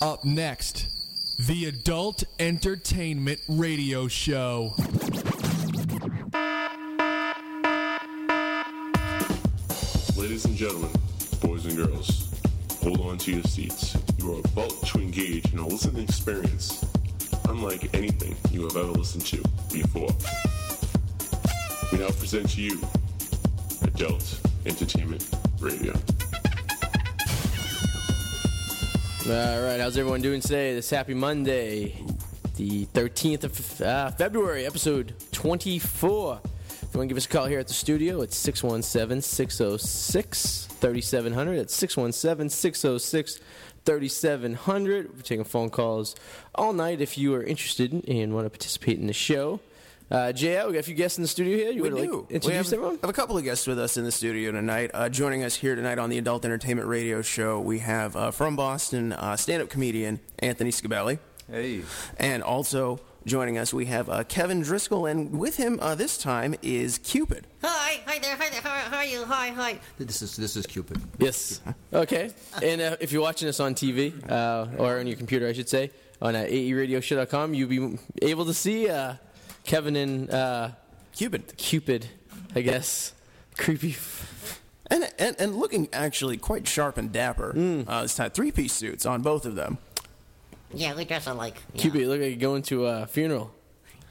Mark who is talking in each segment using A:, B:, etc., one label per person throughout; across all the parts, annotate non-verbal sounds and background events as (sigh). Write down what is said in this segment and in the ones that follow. A: Up next, the Adult Entertainment Radio Show.
B: Ladies and gentlemen, boys and girls, hold on to your seats. You are about to engage in a listening experience unlike anything you have ever listened to before. We now present to you Adult Entertainment Radio.
C: All right, how's everyone doing today? This happy Monday, the 13th of uh, February, episode 24. If you want to give us a call here at the studio, it's 617 606 3700. That's 617 606 3700. We're taking phone calls all night if you are interested and want to participate in the show. Uh, JL, we got a few guests in the studio here. You
D: We
C: want to
D: do.
C: like,
D: we
C: introduce
D: have,
C: everyone?
D: have a couple of guests with us in the studio tonight. Uh, joining us here tonight on the Adult Entertainment Radio Show, we have uh, from Boston uh, stand-up comedian Anthony Scabelli,
E: Hey.
D: and also joining us we have uh, Kevin Driscoll, and with him uh, this time is Cupid.
F: Hi, hi there, hi there, how are, how are you? Hi, hi.
E: This is this is Cupid.
C: Yes. Okay. And uh, if you're watching us on TV uh, or on your computer, I should say, on uh, aeradioshow.com, you'll be able to see uh, Kevin and uh,
D: Cupid,
C: Cupid, I guess. Creepy. F-
D: and and, and looking actually quite sharp and dapper
C: Hmm.
D: uh, this time. Three-piece suits on both of them.
F: Yeah, we dress alike. Yeah.
C: Cupid, you look like you're going to a funeral.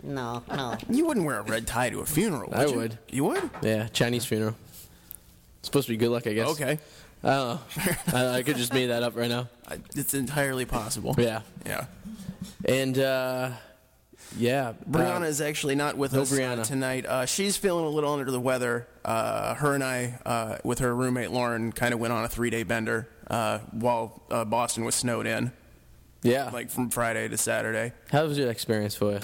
F: No, no.
D: You wouldn't wear a red tie to a funeral. Would
C: I
D: you?
C: would.
D: You would?
C: Yeah, Chinese funeral. It's supposed to be good luck, I guess.
D: Okay,
C: I don't know. I, don't know. I could just made that up right now.
D: I- it's entirely possible.
C: Yeah.
D: Yeah.
C: And, uh, yeah.
D: Brianna
C: uh,
D: is actually not with
C: no
D: us uh,
C: Brianna.
D: tonight. Uh, she's feeling a little under the weather. Uh, her and I, uh, with her roommate Lauren, kind of went on a three day bender uh, while uh, Boston was snowed in,
C: Yeah.
D: like from Friday to Saturday.
C: How was your experience for you?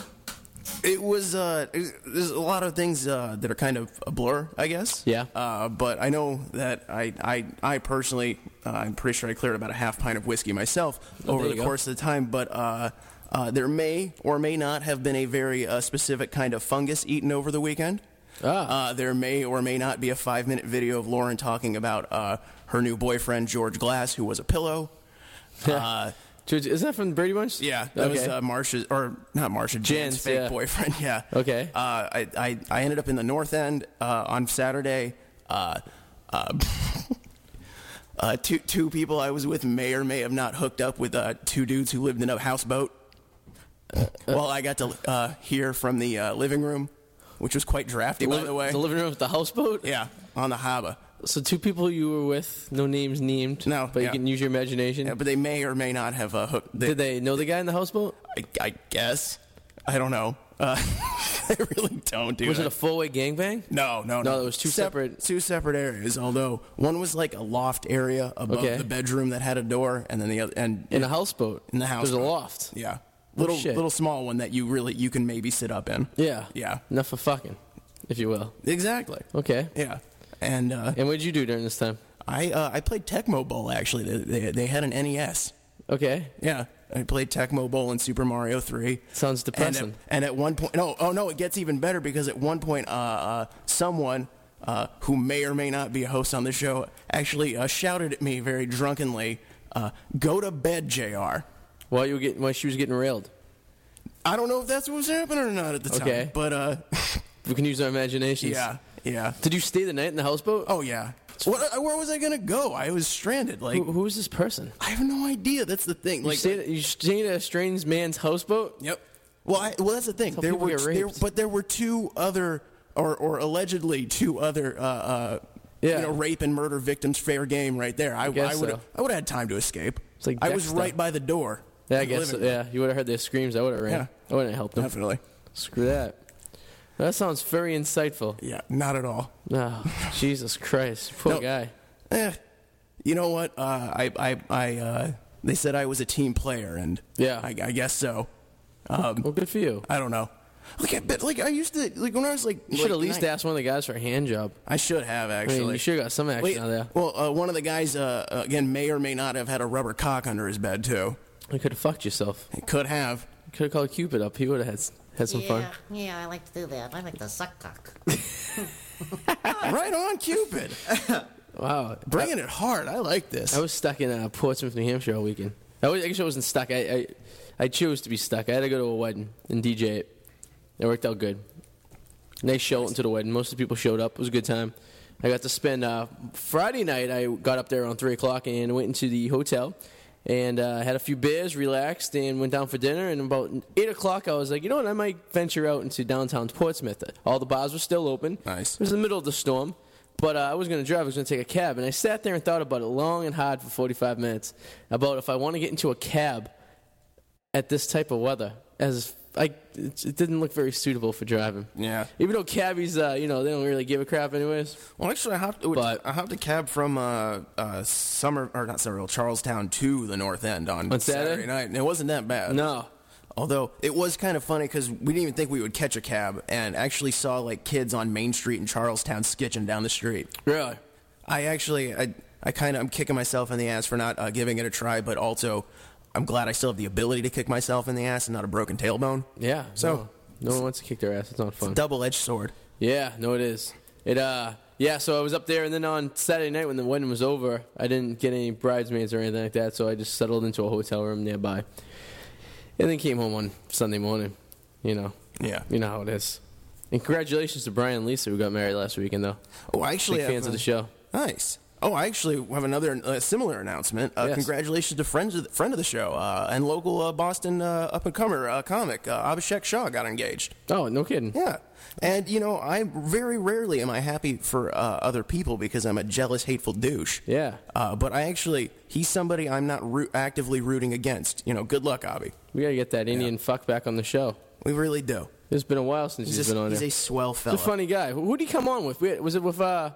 D: It was, uh, it- there's a lot of things uh, that are kind of a blur, I guess.
C: Yeah.
D: Uh, but I know that I, I, I personally, uh, I'm pretty sure I cleared about a half pint of whiskey myself
C: Oh,
D: over
C: there
D: the
C: you go.
D: course of the time, but. Uh, uh, there may or may not have been a very uh, specific kind of fungus eaten over the weekend.
C: Ah.
D: Uh, there may or may not be a five minute video of Lauren talking about uh, her new boyfriend, George Glass, who was a pillow.
C: (laughs)
D: Uh,
C: Isn't that from Brady Bunch?
D: yeah, that was
C: Okay.
D: uh, Marsha's, or not Marsha, Jan's
C: Jen's,
D: fake
C: yeah.
D: boyfriend. (laughs) Yeah.
C: Okay.
D: Uh, I, I, I ended up in the North End uh, on Saturday. Uh, uh, (laughs) uh, two, two people I was with may or may have not hooked up with uh, two dudes who lived in a houseboat.
C: Uh,
D: well, I got to uh, hear from the uh, living room, which was quite drafty, by
C: Liv-
D: the way.
C: The living room with the houseboat?
D: yeah, on the harbor.
C: So two people you were with, no names named.
D: No,
C: But
D: yeah.
C: you can use your imagination.
D: Yeah, but they may or may not have uh, hooked.
C: Did they know the guy in the houseboat?
D: I, I guess. I don't know. Uh, (laughs) I really don't, dude.
C: Was it a four-way gangbang?
D: No, no, no.
C: No, it was two separate-
D: two separate areas. Although one was like a loft area above
C: Okay.
D: the bedroom that had a door, and then the other and
C: In a houseboat.
D: in the house
C: There's a loft.
D: Yeah, little
C: Oh, shit.
D: little small one that you really you can maybe sit up in.
C: Yeah.
D: Yeah.
C: Enough for fucking, if you will.
D: exactly.
C: Okay.
D: Yeah, and uh,
C: And what did you do during this time?
D: I uh, I played Tecmo Bowl actually. They, they they had an NES.
C: Okay.
D: Yeah, I played Tecmo Bowl and Super Mario Three.
C: Sounds
D: And uh,
C: depressing.
D: at, and at one point, no, oh no, it gets even better because at one point, uh, uh, someone uh, who may or may not be a host on the show actually uh, shouted at me very drunkenly, uh, "Go to bed, Jr."
C: while you were getting, while she was getting railed,
D: I don't know if that's what was happening or not at the time,
C: Okay.
D: but uh, (laughs)
C: we can use our imaginations.
D: yeah, yeah,
C: Did you stay the night in the houseboat?
D: oh yeah. What, where was I gonna go? I was stranded. Like
C: Who, who was this person?
D: I have no idea. That's the thing.
C: You
D: Like
C: stayed, you stayed at a strange man's houseboat?
D: Yep. Well, I, well, that's the thing.
C: That's how
D: There
C: people
D: were
C: get
D: there,
C: raped.
D: but there were two other, or or allegedly two other, uh, uh,
C: Yeah.
D: you know, rape and murder victims. Fair game, right there. I,
C: guess
D: would
C: so.
D: I would have had time to escape.
C: It's like
D: I was
C: Dexter.
D: right by the door.
C: Yeah, I
D: The
C: guess.
D: living room.
C: Yeah, you would have heard their screams. I would have ran.
D: Yeah.
C: I wouldn't have helped them.
D: definitely.
C: Screw that. That sounds very insightful.
D: Yeah, not at all.
C: Oh, Jesus Christ. Poor
D: No.
C: guy.
D: Eh, you know what? Uh, I I I. Uh, they said I was a team player, and
C: Yeah.
D: I, I guess so.
C: Well, good for you.
D: I don't know. Like I bet, like I used to, like when I was like,
C: You should
D: like,
C: at least
D: nine-
C: asked one of the guys for a hand job.
D: I should have
C: I
D: actually.
C: mean, you should have got some action
D: Wait,
C: out of there.
D: well, uh, one of the guys, uh, again, may or may not have had a rubber cock under his bed, too.
C: You could have fucked yourself.
D: It could have.
C: You could have called Cupid up. He would have had, s- had some
F: yeah,
C: fun.
F: yeah, I like to do that. I like to suck cock.
D: right on, Cupid.
C: Wow.
D: Bringing it hard. I like this.
C: I was stuck in uh, Portsmouth, New Hampshire all weekend. I, was, I guess I wasn't stuck. I, I I chose to be stuck. I had to go to a wedding and DJ it. It worked out good. Nice show went to the wedding. Most of the people showed up. It was a good time. I got to spend uh, Friday night. I got up there around three o'clock and went into the hotel and uh, had a few beers, relaxed, and went down for dinner. And about eight o'clock, I was like, you know what? I might venture out into downtown Portsmouth. All the bars were still open.
D: Nice.
C: It was the middle of the storm, but uh, I was going to drive. I was going to take a cab, and I sat there and thought about it long and hard for forty-five minutes about if I want to get into a cab at this type of weather as I it it didn't look very suitable for driving.
D: Yeah.
C: Even though cabbies, uh, you know, they don't really give a crap anyways.
D: Well, actually, I hopped.
C: But-
D: I hopped a cab from uh, uh, Summer or not Somerville, Charlestown to the North End on,
C: On Saturday?
D: night, and it wasn't that bad.
C: No.
D: Although it was kind of funny because we didn't even think we would catch a cab, and actually saw like kids on Main Street in Charlestown skitching down the street.
C: Really?
D: I actually, I, I kind of, I'm kicking myself in the ass for not uh, giving it a try, but also, I'm glad I still have the ability to kick myself in the ass and not a broken tailbone.
C: Yeah.
D: So-
C: no, no one wants to kick their ass. It's not fun.
D: Double-edged sword.
C: Yeah, no, it is. It uh, yeah. So I was up there, and then on Saturday night when the wedding was over, I didn't get any bridesmaids or anything like that, so I just settled into a hotel room nearby, and then came home on Sunday morning. You know.
D: Yeah.
C: You know how it is. And congratulations to Brian and Lisa who got married last weekend, though.
D: Oh, I actually,
C: Big
D: have,
C: fans of
D: uh,
C: the show.
D: Nice. Oh, I actually have another uh, similar announcement. Uh,
C: Yes.
D: Congratulations to friends of the, friend of the show uh, and local uh, Boston uh, up and comer uh, comic uh, Abhishek Shaw got engaged.
C: Oh, no kidding.
D: Yeah, and you know I very rarely am I happy for uh, other people because I'm a jealous, hateful douche.
C: Yeah.
D: Uh, but I actually he's somebody I'm not roo- actively rooting against. You know, good luck, Abhi.
C: We gotta get that Indian fuck back on the show.
D: We really do.
C: It's been a while since
D: He's,
C: he's
D: a,
C: been on
D: he's
C: here.
D: a swell fella.
C: He's a funny guy. Who did he come on with? We- Was it with uh?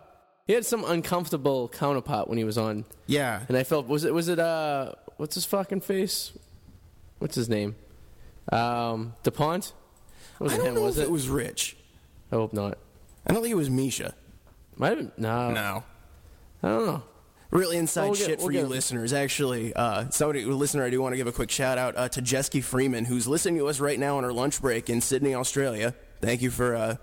C: He had some uncomfortable counterpart when he was on,
D: yeah.
C: and I felt was it was it uh what's his fucking face? What's his name? Um, Depont.
D: I
C: Wasn't
D: don't
C: him,
D: know
C: was
D: if
C: it?
D: it was Rich.
C: I hope not.
D: I don't think it was Misha.
C: Might have been. No,
D: No.
C: I don't know.
D: Real inside
C: Well, we'll get-
D: shit for
C: we'll
D: you
C: get him.
D: listeners. Actually, uh, somebody, a listener, I do want to give a quick shout out uh, to Jesky Freeman, who's listening to us right now on her lunch break in Sydney, Australia. Thank you for uh,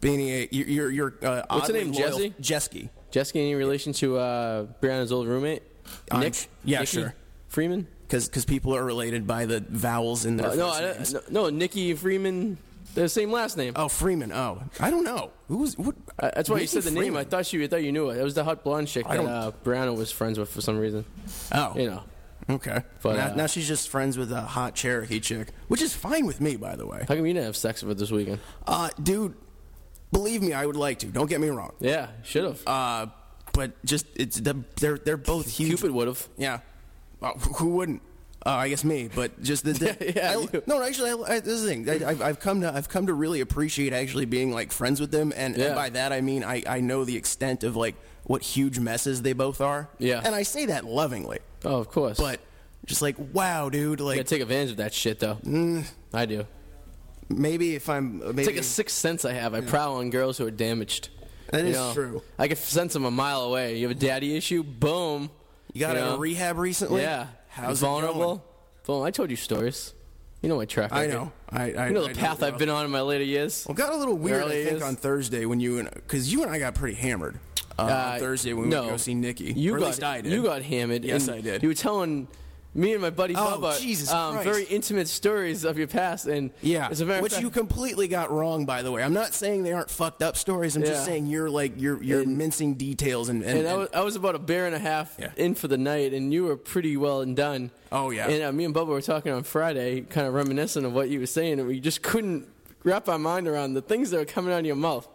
D: being a your your, your uh,
C: What's her
D: oddly
C: name,
D: loyal-
C: Jessie?
D: Jesky.
C: Jessica, any relation to uh Brianna's old roommate?
D: I'm
C: Nick.
D: sh- Uh, yeah,
C: Nicky
D: sure.
C: Freeman.
D: Because people are related by the vowels in their
C: Uh, no,
D: first
C: I,
D: names.
C: don't- no, no, Nikki Freeman. The same last name.
D: Oh, Freeman. Oh, I don't know. Who's what?
C: Uh, that's why you
D: Nikki
C: said the name. I
D: Freeman.
C: thought you, I thought you knew it. It was the hot blonde chick
D: I
C: that
D: don't-
C: uh, Brianna was friends with for some reason.
D: Oh,
C: You know,
D: Okay.
C: But,
D: now,
C: uh,
D: now she's just friends with a hot Cherokee chick, which is fine with me, by the way.
C: how come you didn't have sex with her this weekend?
D: Uh, dude, believe me, I would like to. Don't get me wrong.
C: Yeah, should have.
D: Uh, but just it's the- they're they're both huge.
C: Cupid would have.
D: Yeah. Uh, wh- who wouldn't? Uh, I guess me, but just the, the
C: (laughs) Yeah,
D: I-
C: you.
D: no. Actually, I, I, this is the thing. I, I've, I've come to I've come to really appreciate actually being like friends with them, and,
C: Yeah.
D: and by that I mean I, I know the extent of like what huge messes they both are.
C: Yeah.
D: and I say that lovingly,
C: Oh, of course.
D: but just like wow, dude.
C: yeah,
D: Like
C: take advantage of that shit though. I do.
D: maybe if I'm Mm. uh, maybe
C: It's like a sixth sense I have. I prowl on girls who are damaged.
D: That
C: That is
D: is true.
C: I can sense them a mile away. You have a daddy issue. Boom.
D: you got out
C: know?
D: of rehab recently.
C: Yeah.
D: how's it
C: vulnerable?
D: going?
C: Boom. I told you stories. You know my track.
D: I
C: record.
D: know. I, I
C: You know
D: I
C: the path
D: well.
C: I've been on in my later years.
D: Well, got a little weird.
C: Early
D: I think
C: is-
D: on Thursday when you and because you and I got pretty hammered uh,
C: Uh,
D: on Thursday when we
C: no.
D: went to go see Nikki.
C: You
D: or at
C: got,
D: least I did.
C: You got hammered.
D: Yes,
C: and
D: I did.
C: You were telling me and my buddy
D: Oh,
C: Bubba
D: Jesus
C: um,
D: Christ.
C: very intimate stories of your past, and
D: yeah,
C: as a matter of
D: which
C: fact,
D: you completely got wrong. By the way, I'm not saying they aren't fucked up stories. I'm
C: Yeah.
D: just saying you're like you're you're mincing details and, and,
C: and I
D: and-
C: was, I was about a bear and a half
D: Yeah.
C: in for the night, and you were pretty well and done.
D: Oh, yeah.
C: And uh, me and Bubba were talking on Friday, kind of reminiscent of what you were saying, and we just couldn't wrap our mind around the things that were coming out of your mouth.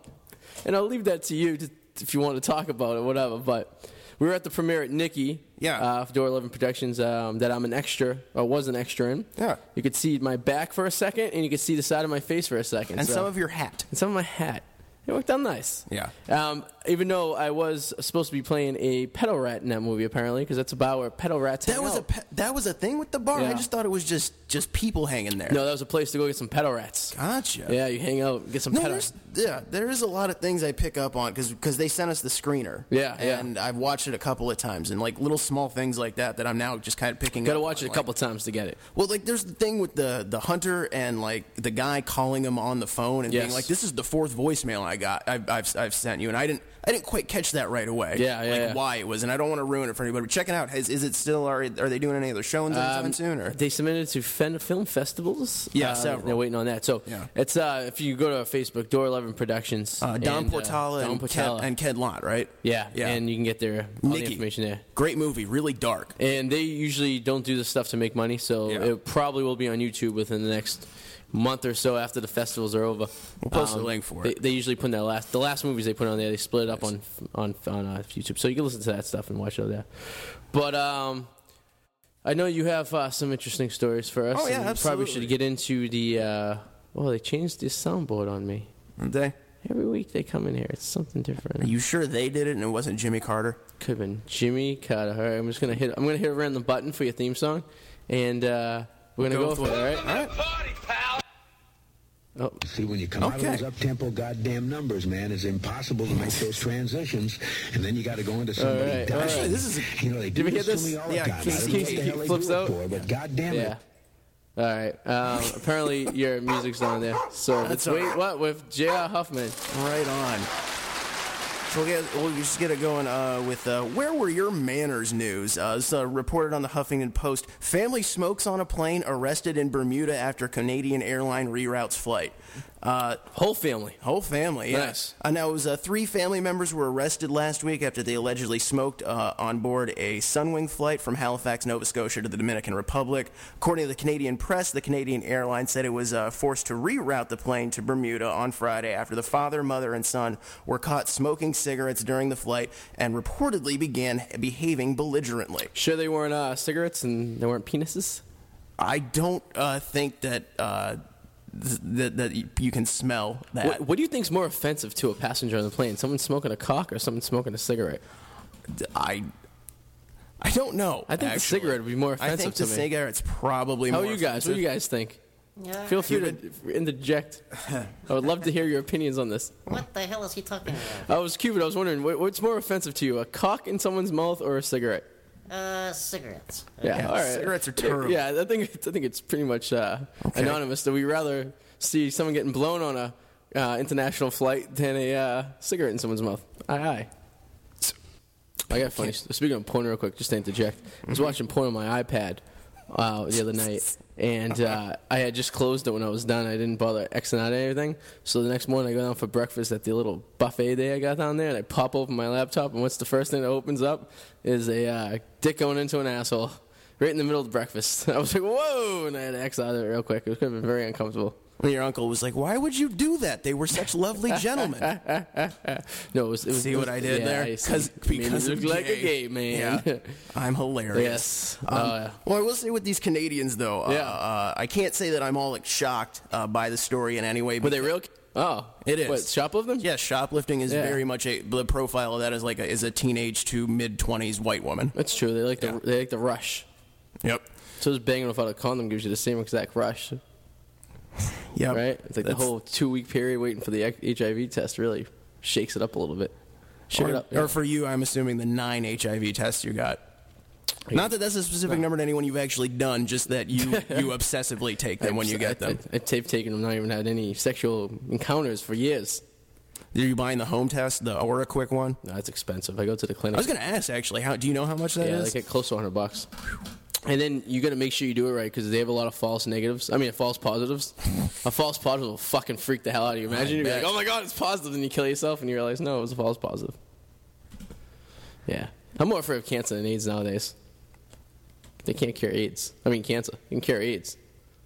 C: And I'll leave that to you to, if you want to talk about it, whatever. But we were at the premiere at Nikki.
D: Yeah.
C: Uh, for Door Eleven Productions, um, that I'm an extra or was an extra in.
D: Yeah.
C: You could see my back for a second, and you could see the side of my face for a second.
D: and
C: so-
D: some of your hat.
C: and some of my hat. It worked out nice.
D: Yeah.
C: Um, even though I was supposed to be playing a pedal rat in that movie, apparently, because that's about where pedal rats.
D: That
C: hang
D: was a
C: out.
D: pe- that was a thing with the bar. I
C: Yeah.
D: just thought it was just just people hanging there.
C: no. That was a place to go get some pedal rats.
D: Gotcha.
C: Yeah, you hang out, get some
D: No,
C: pedal.
D: there's, yeah, there is a lot of things I pick up on because they sent us the screener.
C: Yeah, yeah.
D: and I've watched it a couple of times, and like little small things like that that I'm now just kind of picking.
C: Got to
D: up
C: watch
D: on,
C: it a
D: like-
C: couple times to get it.
D: Well, like there's the thing with the the hunter and like the guy calling him on the phone and
C: Yes.
D: being like, "This is the fourth voicemail I got. I've, I've I've sent you," and I didn't. I didn't quite catch that right away.
C: Yeah, yeah,
D: Like
C: yeah.
D: why it was, and I don't want to ruin it for anybody. But check it out. Is, is it still? Are, are they doing any other shows anytime
C: Um,
D: soon? Or
C: They submitted to fen- film festivals.
D: Yeah,
C: Uh,
D: several.
C: They're waiting on that. So
D: Yeah.
C: it's uh, if you go to Facebook, Door Eleven Productions,
D: uh, Don
C: and, uh,
D: Portala,
C: Don
D: and,
C: Portala,
D: Ked, and Ked Lott, right?
C: yeah,
D: yeah.
C: and you can get their all the
D: Nikki.
C: information there.
D: Great movie, really dark.
C: And they usually don't do this stuff to make money, so
D: Yeah.
C: it probably will be on YouTube within the next month or so after the festivals are over. Um,
D: We'll post the link for
C: they,
D: it.
C: They usually put in their last the last movies they put on there. They split it up on on on uh, YouTube, so you can listen to that stuff and watch it there. But um, I know you have uh, some interesting stories for us.
D: Oh, yeah,
C: and we Probably
D: absolutely.
C: should get into the. Uh, well, they changed the soundboard on me.
D: Did they?
C: Every week they come in here. It's something different.
D: Are you sure they did it and it wasn't Jimmy Carter?
C: Could have been Jimmy Carter. All right, I'm just gonna hit. I'm gonna hit a random button for your theme song, and uh, we're gonna go,
D: Go
C: for it.
D: for
C: All right. Oh,
E: See, when you come
D: Okay.
E: out of those up-tempo goddamn numbers, man, it's impossible to make those transitions, and then you got to go into somebody.
C: right,
E: dying.
C: all right.
D: Actually, this is-
E: you know they do
C: we get
E: this,
C: this?
E: to me all the
D: Yeah,
E: time. I
D: Casey-
E: don't know what
C: Casey
E: the hell they
C: flips
E: do it
C: out.
E: for, but goddamn
C: Yeah.
E: it,
C: All right. Um, apparently your music's not on there. So let's
D: That's all
C: wait.
D: right.
C: What with J.R. Huffman?
D: Right on. So we'll, get, we'll just get it going uh, with uh, Where Were Your Manners news? Uh, it's uh, reported on the Huffington Post. Family smokes on a plane, arrested in Bermuda after Canadian airline reroutes flight. Uh,
C: Whole family.
D: Whole family, yeah.
C: Nice.
D: I know it was uh, three family members were arrested last week after they allegedly smoked uh, on board a Sunwing flight from Halifax, Nova Scotia to the Dominican Republic. According to the Canadian press, the Canadian airline said it was uh, forced to reroute the plane to Bermuda on Friday after the father, mother, and son were caught smoking cigarettes during the flight and reportedly began behaving belligerently.
C: Sure they weren't uh, cigarettes and they weren't penises.
D: I don't uh, think that. Uh, th- that, that y- you can smell that.
C: What, what do you think's more offensive to a passenger on the plane? Someone smoking a cock or someone smoking a cigarette?
D: I I don't know.
C: I think the
D: actually.
C: cigarette would be more
D: I
C: offensive
D: think
C: to
D: the
C: me.
D: cigarette's probably
C: How
D: more
C: are you guys? What do you guys think?
F: Yeah.
C: Feel free to interject. I would love to hear your opinions on this.
F: What the hell is he talking about?
C: (laughs) I was Cupid. I was wondering what, what's more offensive to you, a cock in someone's mouth or a cigarette?
F: Uh, cigarettes.
C: Yeah,
D: Yeah,
C: all right.
D: cigarettes are terrible.
C: Yeah, I think I think it's pretty much uh, anonymous that we rather see someone getting blown on a uh, international flight than a uh, cigarette in someone's mouth. Aye, aye. I got funny. Speaking of porn, real quick, just to interject, I
D: Mm-hmm.
C: was watching porn on my iPad uh, the other night, and
D: (laughs)
C: uh, I had just closed it when I was done. I didn't bother Xing out anything. So the next morning, I go down for breakfast at the little buffet day I got down there, and I pop open my laptop, and what's the first thing that opens up is a uh, dick going into an asshole right in the middle of breakfast. (laughs) I was like, whoa, and I had to X out of it real quick. It could have been very uncomfortable.
D: And your uncle was like, "Why would you do that? They were
C: (laughs)
D: such lovely gentlemen."
C: No, it was. It was
D: See
C: it
D: what
C: was-
D: I did
C: yeah,
D: there?
C: I see.
D: (laughs)
C: Made me
D: because
C: look
D: I'm
C: like a gay man. (laughs)
D: Yeah. I'm hilarious.
C: Yes.
D: Um,
C: Uh,
D: well, I will say with these Canadians though, uh,
C: Yeah.
D: uh, I can't say that I'm all like shocked uh, by the story in any way.
C: Were they real? Oh,
D: It is.
C: What shoplifting?
D: Yeah, shoplifting is
C: Yeah.
D: very much a the profile of that is like a, is a teenage to mid twenties white woman.
C: that's true. They like the
D: Yeah.
C: they like the rush.
D: Yep.
C: So just banging without a condom gives you the same exact rush,
D: Yep.
C: right? It's like the
D: That's-
C: whole two week period waiting for the H- HIV test really shakes it up a little bit. Shake
D: or,
C: it up.
D: or for you, I'm assuming the nine HIV tests you got. Not that that's a specific number to anyone you've actually done, just that you
C: (laughs)
D: you obsessively take them when you get them.
C: I, I, tape taking them. Not even had any sexual encounters for years.
D: Are you buying the home test, the Aura Quick one?
C: No, that's expensive. I go to the clinic.
D: I was going to ask actually. How do you know how much that is?
C: yeah, like get close to 100 bucks. And then you got to make sure you do it right because they have a lot of false negatives. I mean, false positives. a false positive will fucking freak the hell out of you. Imagine you're like,
D: bet.
C: oh my god, it's positive, and you kill yourself, and you realize no, it was a false positive. Yeah, I'm more afraid of cancer than AIDS nowadays. They can't cure AIDS. I mean, cancer. They can cure AIDS.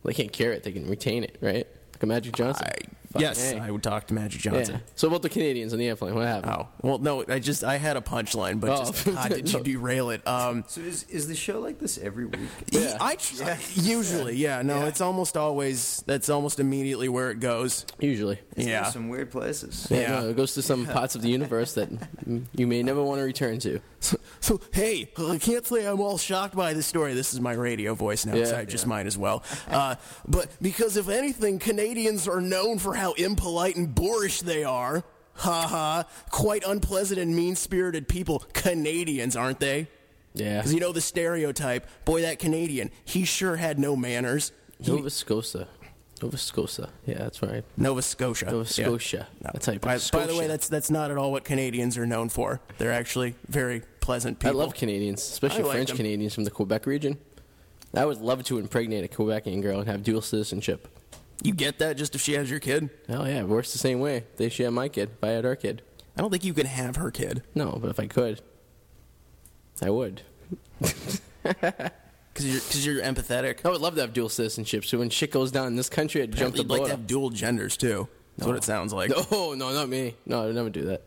C: Well, they can't cure it. They can retain it, right? Like a Magic Johnson.
D: I,
C: Fucking
D: yes,
C: A.
D: I would talk to Magic
C: yeah.
D: Johnson.
C: So about the Canadians on the airplane, what happened?
D: Oh well, no, I just I had a punchline, but
C: Oh.
D: just God,
C: (laughs)
D: did you derail it? Um,
G: So is, is the show like this every week?
C: Yeah.
D: I tr- usually, yeah, no, it's almost always that's almost immediately where it goes.
C: Usually.
G: It's
D: yeah,
G: in some weird
D: (laughs)
G: places.
C: Yeah. no, it goes to some parts of the universe that mm, you may never want to return to.
D: So, so hey, I can't say I'm all shocked by this story. This is my radio voice now, so
C: Yeah.
D: I just might as well. Uh, but because if anything, Canadians are known for how impolite and boorish they are. Ha ha! Quite unpleasant and mean-spirited people, Canadians, aren't they?
C: Yeah.
D: Because you know the stereotype. Boy, that Canadian, he sure had no manners.
C: Nova Scotia. Nova Scotia. Yeah, that's right.
D: Nova Scotia.
C: Nova
D: Yeah.
C: Scotia.
D: No.
C: That's how you
D: by,
C: pronounce
D: by the way,
C: Scotia.
D: that's that's not at all what Canadians are known for. They're actually very pleasant
C: I
D: people.
C: love Canadians, especially
D: like
C: French
D: them.
C: Canadians from the Quebec region. I would love to impregnate a Quebecian girl and have dual citizenship.
D: You get that just if she has your kid.
C: Oh yeah, it works the same way. They share my kid. If I had her kid,
D: I don't think you can have her kid
C: no, but if I could, I would.
D: because you're because you're empathetic.
C: I would love to have dual citizenship. So when shit goes down in this country, I'd jump the
D: You'd like to
C: border.
D: have dual genders too. That's what it sounds like.
C: (laughs) No, no, not me. No, I'd never do that.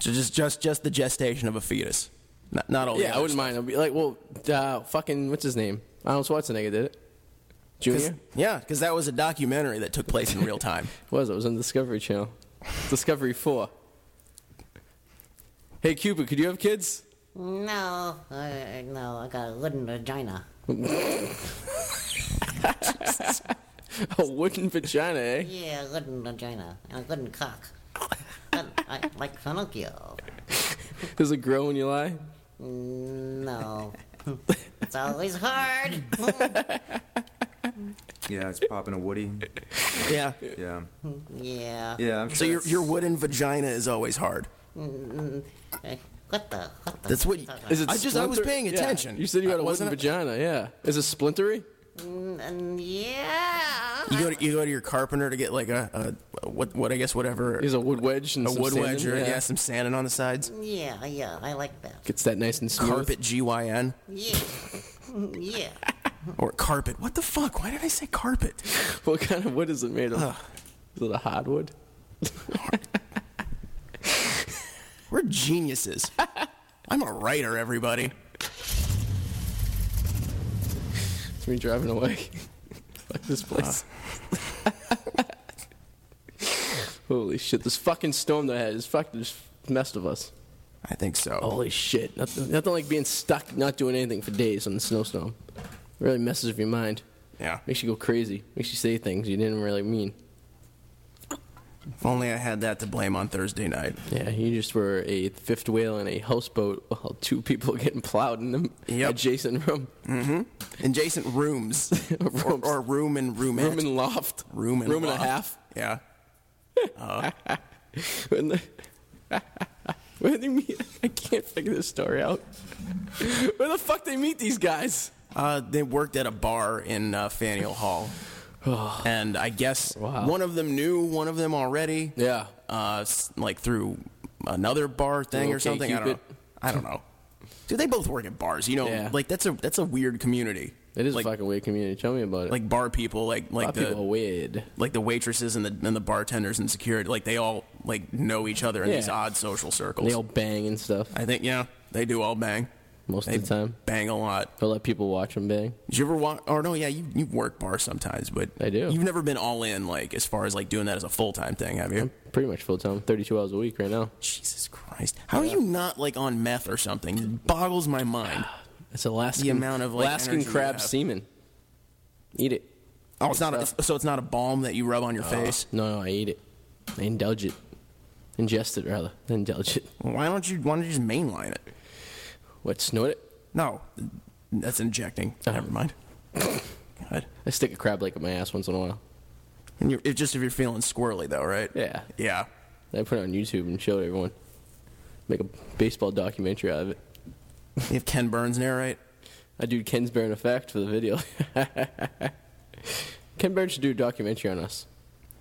D: So just just just the gestation of a fetus. Not not all.
C: Oh,
D: the
C: Yeah, I
D: other
C: wouldn't
D: stuff.
C: mind. I'd be like, well, uh, fucking, what's his name? Arnold Schwarzenegger did it. Junior?
D: 'Cause- Yeah, because that was a documentary that took place in
C: (laughs)
D: real time.
C: was it? It was on Discovery Channel.
D: (laughs)
C: Discovery 4. Hey, Cupid, could you have kids? (laughs)
F: No, uh, no, I got a wooden vagina.
C: A wooden vagina, eh?
F: Yeah, a wooden vagina and a wooden cock. I, I, like Pinocchio.
C: Does it grow when you lie?
F: No, it's always hard.
G: Yeah, it's popping a Woody.
D: yeah.
G: Yeah.
F: Yeah.
G: Yeah. I'm
D: So
G: sure
D: your
G: that's-
D: your wooden vagina is always hard.
F: Uh, What the? What the?
D: That's what.
C: Is it
D: I just I was
C: splinter-
D: paying
C: Yeah,
D: attention.
C: You said you had a wooden
D: Wasn't it-
C: vagina, yeah. Is it splintery?
F: Mm, yeah.
D: You go to you go to your carpenter to get like a, a what what I guess whatever
C: Is a wood wedge and
D: a
C: some
D: wood
C: sand in
D: wedge
C: it?
D: or
C: yeah.
D: yeah. some sanding on the sides.
F: Yeah, yeah, I like that.
C: Gets that nice and smooth.
D: Carpet GYN
F: Yeah. (laughs) yeah.
D: or carpet. What the fuck? Why did I say carpet?
C: (laughs) What kind of wood is it made of? Is it a hardwood?
D: We're
C: (laughs)
D: geniuses. I'm a writer, everybody.
C: It's me driving away. (laughs) Fuck this place. Holy shit! This fucking storm that I had is fucking just messed with us.
D: I think so.
C: Holy shit! Nothing, nothing like being stuck, not doing anything for days on the snowstorm. really messes with your mind.
D: Yeah.
C: Makes you go crazy. Makes you say things you didn't really mean.
D: If only I had that to blame on Thursday night.
C: Yeah, you just were a fifth whale in a houseboat while two people (laughs) getting plowed in the
D: Yep. Mm-hmm.
C: adjacent room,
D: Adjacent rooms, Or,
C: (laughs) Rooms.
D: or room and roommate.
C: room and loft,
D: room and
C: room and
D: loft.
C: a half.
D: Yeah.
C: (laughs) When the, where they meet, I can't figure this story out. Where the fuck they meet these guys?
D: Uh, they worked at a bar in uh,
C: (sighs)
D: Faneuil Hall. and I guess
C: Oh. Wow.
D: one of them knew one of them already.
C: Yeah.
D: Uh, s- like through another bar thing or
C: Okay,
D: something. I don't
C: Cupid.
D: know. I don't know. Dude, they both work at bars. You know,
C: Yeah.
D: like that's a that's a weird community.
C: It is
D: like,
C: a fucking weird community. Tell me about it.
D: like bar people, like
C: a lot
D: like
C: of
D: the
C: people are weird.
D: like the waitresses and the and the bartenders and security. Like they all like know each other in
C: Yeah.
D: these odd social circles.
C: They all bang and stuff
D: I think yeah, they do all bang.
C: most
D: They
C: of the time.
D: bang a lot.
C: They'll let people watch them bang.
D: Did you ever walk? Or no, yeah, you you work bar sometimes, but
C: I do.
D: You've never been all in like as far as like doing that as a full time thing, have you?
C: Pretty much full time, 32 hours a week right now.
D: Jesus Christ, how are you not like on meth or something? It boggles
C: (sighs)
D: my mind.
C: It's Alaskan,
D: amount of, like,
C: Alaskan
D: energy you
C: crab
D: have.
C: semen. Eat it.
D: Oh, it's not. A, it's- so it's not a balm that you rub on your
C: Uh-huh.
D: face.
C: No, no, I eat it. I indulge it. Ingest it, rather. (laughs) Indulge it.
D: Why don't you? Why don't you just mainline it?
C: What, snort it?
D: No, that's injecting.
C: Uh-huh. (laughs)
D: Never mind. God.
C: I stick a crab leg up my ass once in a while.
D: And you're, it's just if you're feeling squirrely, though, right?
C: Yeah.
D: Yeah.
C: I put it on YouTube and showed everyone. Make a baseball documentary out of it.
D: If Ken Burns narrate,
C: I do Ken's Burn effect for the video. (laughs) Ken Burns should do a documentary on us.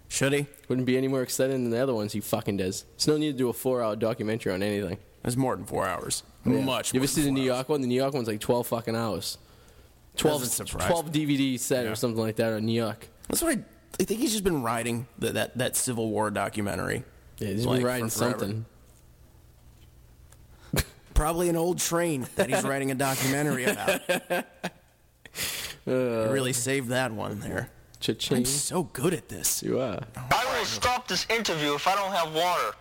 D: should he?
C: Wouldn't be any more exciting than the other ones he fucking does. There's no need to do a four-hour documentary on anything.
D: That's more than four hours. Much.
C: You
D: more
C: ever see the
D: than
C: New
D: four
C: York one? The New York one's like 12 fucking hours. 12,
D: Doesn't surprise
C: 12 DVD set
D: Yeah.
C: or something like that on New York.
D: That's what I, I think he's just been riding the, that that Civil War documentary.
C: Yeah, he's
D: like,
C: been
D: for
C: riding
D: forever.
C: something.
D: Probably an old train that he's writing a
C: (laughs)
D: documentary about.
C: Uh.
D: You really saved that one there.
C: Cha-ching.
D: I'm so good at this.
C: You are.
H: I will stop this interview if I don't have water.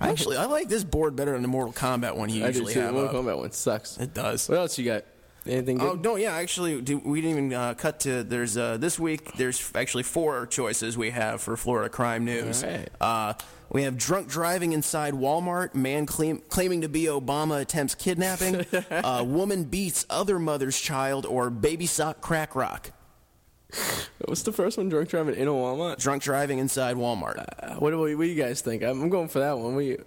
D: I actually I like this board better than the Mortal Kombat one you
C: I do
D: usually
C: too. The
D: have.
C: Mortal
D: up.
C: Kombat one sucks.
D: It does.
C: What else you got? Anything good?
D: Oh no, yeah. Actually, do, we didn't even uh, cut to. There's uh, this week. There's actually four choices we have for Florida crime news.
C: All right.
D: Uh, we have drunk driving inside Walmart. Man claim, claiming to be Obama
C: (laughs)
D: attempts kidnapping. uh, woman beats other mother's child, or baby sock crack rock.
C: What's the first one? Drunk driving in a Walmart.
D: Drunk driving inside Walmart.
C: Uh, What do we- what do you guys think? I'm I'm going for that one. What do you-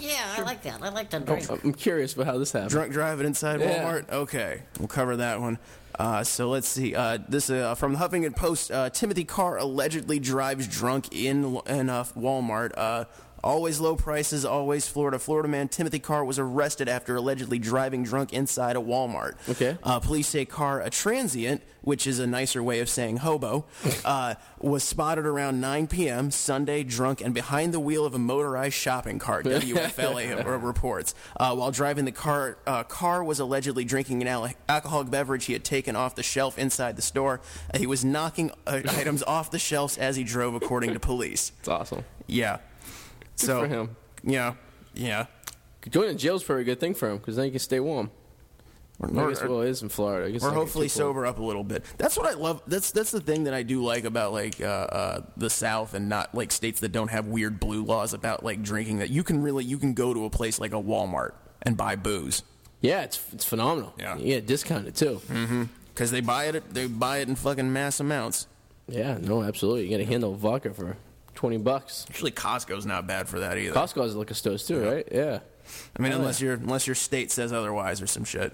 F: Yeah, I like that. I like to drink.
C: I'm curious about how this happened.
D: Drunk driving inside
C: Yeah.
D: Walmart. Okay, we'll cover that one. Uh, so let's see. Uh, this uh, from the Huffington Post. Uh, Timothy Carr allegedly drives drunk in in uh, Walmart. Uh, always low prices. Always Florida. Florida man Timothy Carr was arrested after allegedly driving drunk inside a Walmart.
C: Okay.
D: Uh, police say Carr, a transient, which is a nicer way of saying hobo, uh, was spotted around 9 p.m. Sunday, drunk and behind the wheel of a motorized shopping
C: (laughs)
D: cart. WFLA r- reports. Uh, while driving the car, uh, Carr was allegedly drinking an al- alcoholic beverage he had taken off the shelf inside the store. Uh, he was knocking uh, items off the shelves as he drove, according to police.
C: It's awesome.
D: Yeah. so
C: for him.
D: Yeah. Yeah.
C: Going to jail's probably a good thing for him because then he can stay warm.
D: Or-
C: I
D: or-
C: guess well, it is in Florida. I guess
D: or
C: it's not
D: hopefully
C: too cold.
D: sober up a little bit. That's what I love. That's that's the thing that I do like about like uh, uh, the South and not like states that don't have weird blue laws about like drinking. That you can really you can go to a place like a Walmart and buy booze
C: Yeah, it's it's phenomenal.
D: Yeah.
C: yeah, discounted too.
D: because they buy it they buy it in fucking mass amounts.
C: Yeah, no, absolutely. You get a handle of vodka for twenty bucks.
D: Actually, Costco's not bad for that either.
C: Costco has liquor stores too, right? Yeah.
D: I mean, unless your unless your state says otherwise or some shit.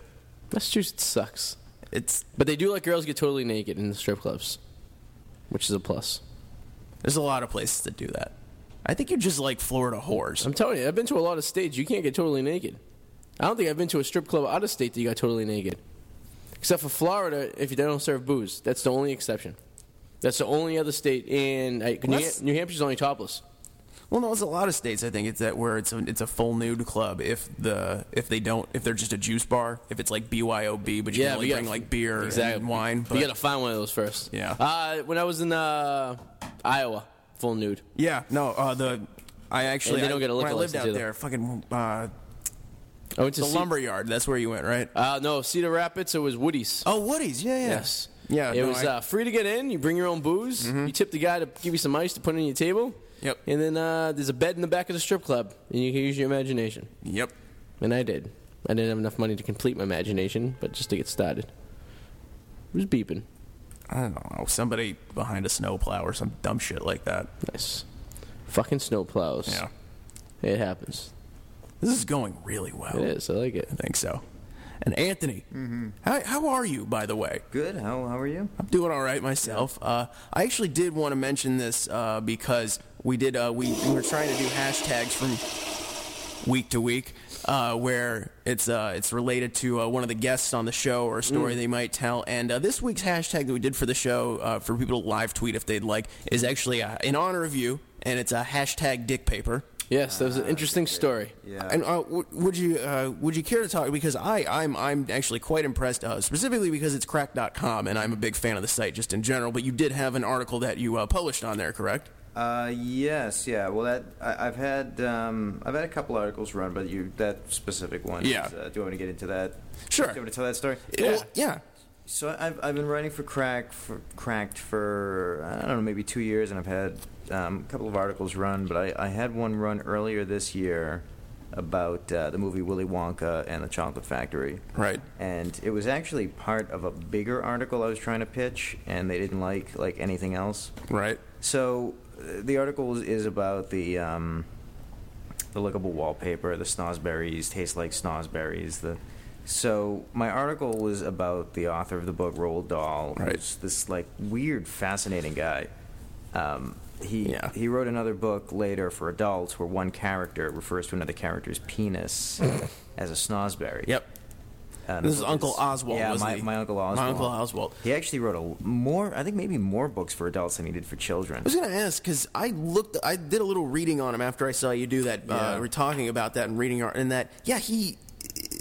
C: Massachusetts sucks,
D: It's
C: but they do let girls get totally naked in the strip clubs, which is a plus.
D: there's a lot of places that do that. I think you just like Florida whores.
C: I'm telling you, I've been to a lot of states. You can't get totally naked. I don't think I've been to a strip club out of state that you got totally naked, except for Florida. If you don't serve booze, that's the only exception. That's the only other state, and I, New,
D: Unless-
C: New Hampshire's only topless.
D: Well, no, it's a lot of states. I think it's that where it's a, it's a full nude club. If the if they don't if they're just a juice bar, if it's like BYOB, but you can
C: Yeah,
D: only
C: we
D: bring
C: gotta-
D: like beer and wine. But,
C: you gotta find one of those first.
D: Yeah.
C: Uh, when I was in uh, Iowa, full nude.
D: yeah, no, uh, the I actually
C: And they don't
D: I,
C: get a
D: when I
C: liquor
D: lived
C: license
D: out
C: either.
D: there, fucking uh,
C: I went to
D: the
C: Ce-
D: lumberyard. That's where you went, right?
C: Uh, no, Cedar Rapids. It was Woody's.
D: oh, Woody's. Yeah, yeah,
C: Yes.
D: yeah.
C: It
D: no,
C: was
D: I- Mm-hmm.
C: uh, free to get in. You bring your own booze. You tip the guy to give you some ice to put on your table.
D: Yep.
C: And then uh, there's a bed in the back of the strip club, and you can use your imagination.
D: yep.
C: And I did. I didn't have enough money to complete my imagination, but just to get started. It was beeping.
D: I don't know. Somebody behind a snowplow or some dumb shit like that.
C: Nice. Fucking snowplows.
D: Yeah,
C: It happens.
D: this is going really well.
C: It is. Mm-hmm. I like it.
D: I think so. And Anthony, how, how are you, by the way?
G: Good. How, how are you?
D: I'm doing all right myself. Uh, I actually did want to mention this uh, because we did uh, we, we were trying to do hashtags from week to week uh, where it's uh, it's related to uh, one of the guests on the show or a story they might tell. And uh, this week's hashtag that we did for the show uh, for people to live tweet if they'd like is actually uh, in honor of you, and it's a hashtag dick paper.
C: Yes, that was
D: Uh,
C: an interesting story.
G: Yeah.
D: And uh, w- would you uh, would you care to talk? Because I I'm I'm actually quite impressed, uh, specifically because it's crack.com, and I'm a big fan of the site just in general. But you did have an article that you uh, published on there, correct?
G: Uh, yes, yeah. Well, that I, I've had um, I've had a couple articles run, but you that specific one.
D: Yeah.
G: Is, uh, do you want me to get into that?
D: Sure.
G: Do you want me to tell that story?
D: Well, yeah.
G: So I've, I've been writing for Crack for Cracked for I don't know maybe two years, and I've had um, a couple of articles run, but I, I had one run earlier this year about uh, the movie Willy Wonka and the Chocolate Factory.
D: Right.
G: And it was actually part of a bigger article I was trying to pitch, and they didn't like like anything else.
D: Right.
G: So uh, the article is, is about the um, the lickable wallpaper, the snosberries taste like snosberries. The so my article was about the author of the book Roald Dahl,
D: Right.
G: who's this like weird, fascinating guy. Um, he
D: Yeah.
G: he wrote another book later for adults where one character refers to another character's
D: (laughs)
G: penis as a snosberry.
D: Yep.
G: And
D: This
G: the
D: is
G: book
D: Uncle Oswald.
G: Yeah,
D: wasn't
G: my,
D: he?
G: my Uncle Oswald.
D: My Uncle Oswald.
G: He actually wrote a l- more, I think maybe more books for adults than he did for children.
D: I was gonna ask because I looked, I did a little reading on him after I saw you do that. Uh,
G: Yeah.
D: we're talking about that and reading, our- and that yeah, he.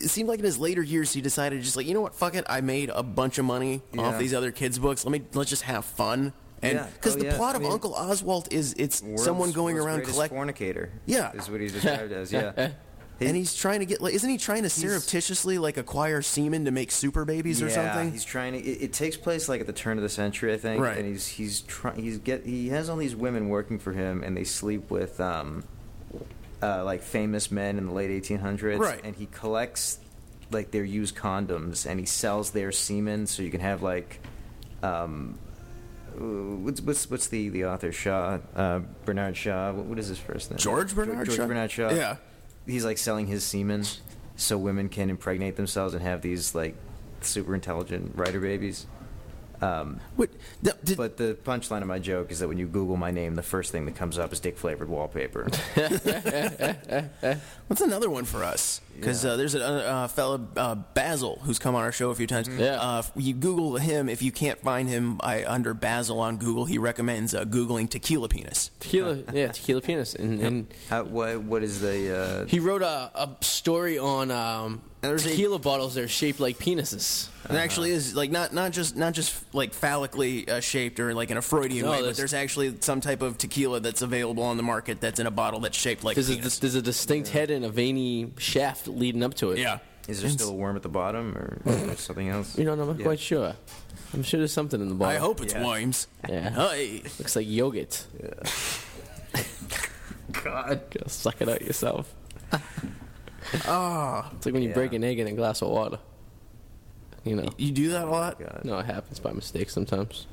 D: It seemed like in his later years he decided just like you know what, fuck it, I made a bunch of money off
G: Yeah.
D: these other kids' books. Let me let's just have fun. And
G: Yeah.
D: because
G: Oh,
D: the
G: yeah.
D: plot of
G: I mean,
D: Uncle Oswald is it's
G: World's-
D: someone going
G: world's
D: around
G: greatest
D: collecting,
G: fornicator.
D: Yeah.
G: is what he's described as.
D: (laughs)
G: Yeah,
D: and he's trying to get like isn't he trying to surreptitiously like acquire semen to make super babies or
G: Yeah,
D: something?
G: He's trying to. It, it takes place like at the turn of the century, I think.
D: Right.
G: And he's he's trying. He's get. He has all these women working for him, and they sleep with um, uh, like famous men in the late 1800s.
D: Right.
G: And he collects like their used condoms, and he sells their semen, so you can have like. Um, what's what's, what's the, the author Shaw uh, Bernard Shaw? What, what is his first name?
D: George Bernard
G: George
D: Shaw?
G: Bernard Shaw.
D: Yeah.
G: he's like selling his semen, so women can impregnate themselves and have these like super intelligent writer babies.
D: What, th- did,
G: But the punchline of my joke is that when you Google my name, the first thing that comes up is dick flavored
D: (laughs)
G: wallpaper.
D: What's another one for us? Because uh, there's a uh, fella uh, Basil who's come on our show a few times.
C: Mm-hmm. Yeah.
D: Uh, if you Google him if you can't find him by, under Basil on Google. He recommends uh, googling tequila penis.
C: (laughs) Tequila, yeah, tequila penis, and, and
G: How, what what is the uh,
C: he wrote a, a story on um,
D: There's a-
C: tequila bottles that are shaped like penises.
D: It actually is like not not just not just like phallically uh, shaped or like in a Freudian
C: No,
D: way, but
C: there's-
D: there's actually some type of tequila that's available on the market that's in a bottle that's shaped like
C: There's a,
D: penis.
C: there's a distinct head and a veiny shaft leading up to it.
D: yeah.
G: uh, is there still a worm at the bottom or is
C: (laughs)
G: there something else?
C: You know, I'm not
G: Yeah.
C: quite sure. I'm sure there's something in the bottle.
D: I hope it's
G: Yeah.
D: Wimes.
C: Yeah.
D: Hey.
C: Looks like yogurt.
D: (laughs)
C: (laughs) God. Go suck it out yourself. Ah. it's like when you
G: Yeah.
C: break an egg in a glass of water. You know.
D: You do that a lot?
G: God.
C: No, it happens by mistake sometimes.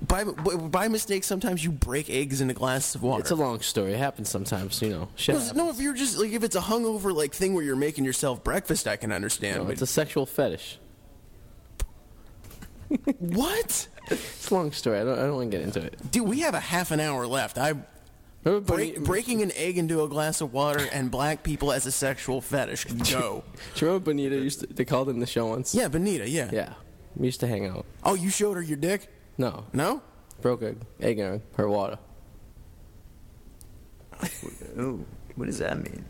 D: By, by, by mistake, sometimes you break eggs in a glass of water.
C: It's a long story. It happens sometimes, you know. Shit
D: No, no, if you're just like if it's a hungover like thing where you're making yourself breakfast, I can understand.
C: happens.
D: but
C: it's a sexual fetish.
D: what?
C: It's a long story. I don't, I don't want to get into it.
D: Dude, we have a half an hour left. I
C: Everybody,
D: break, breaking an egg into a glass of water and black people as a sexual fetish. Go.
C: Do you remember Bonita used to, they called in the show once?
D: yeah, Benita. Yeah.
C: Yeah. We used to hang out.
D: Oh, you showed her your dick?
C: No.
D: No.
C: Broke a egg in her, her water.
G: Ooh, what does that mean?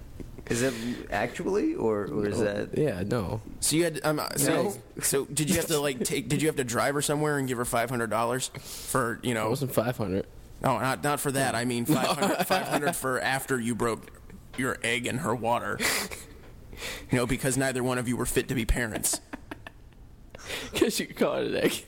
G: Is that actually or, or is that
C: Yeah, no.
D: So you had um, uh, so, so did you have to like take? Did you have to drive her somewhere and give her five hundred dollars for you
C: It
D: know?
C: wasn't (laughs) 500.
D: No, not not for that.
G: (laughs)
D: I mean 500, 500 for after you broke your egg in her water. You know, because neither one of you were fit to be parents.
C: Because you caught an egg.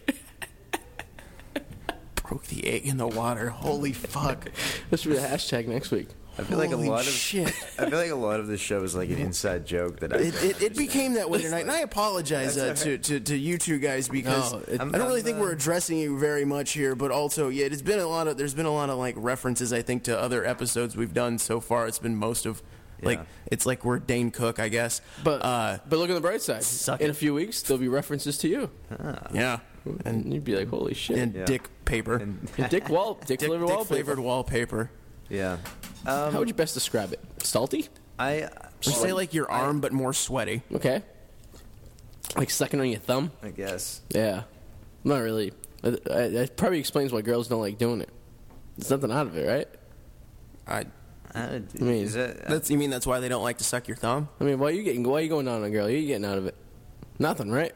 D: Broke the egg in the water. Holy fuck.
C: This should be the hashtag next week.
G: I feel like a
D: Holy
G: lot of
D: shit.
G: I feel like a lot of this show is like an inside joke that I
D: It,
G: don't
D: it, it became that way tonight, and I apologize uh, to, to, to you two guys because
C: No, it-
D: I don't really think
G: I'm, uh,
D: we're addressing you very much here. But also, yeah, it's been a lot of there's been a lot of like references I think to other episodes we've done so far. It's been most of like
G: Yeah.
D: it's like we're Dane Cook, I guess.
C: But
D: uh,
C: but look on the bright side.
D: suck
C: In
D: it.
C: a few weeks, there'll be references to you.
D: yeah,
G: uh,
C: And you'd be like, holy shit.
D: and
G: Yeah.
D: Dick Paper.
G: And-
C: And Dick
D: (laughs)
C: Wall, Dick,
D: Dick,
C: flavored
D: dick
C: wallpaper.
D: flavored wallpaper.
G: Yeah.
C: How would you best describe it? Salty?
G: I
D: Or say like your arm, but more sweaty.
C: Okay. Like sucking on your thumb?
G: I guess.
C: Yeah. Not really. I, I, that probably explains why girls don't like doing it. There's nothing out of it, right?
D: I,
G: I,
C: mean,
G: is that, uh,
D: that's you mean that's why they don't like to suck your thumb?
C: I mean, why are you getting? Why are you going down on a girl? What are you getting out of it? Nothing, right?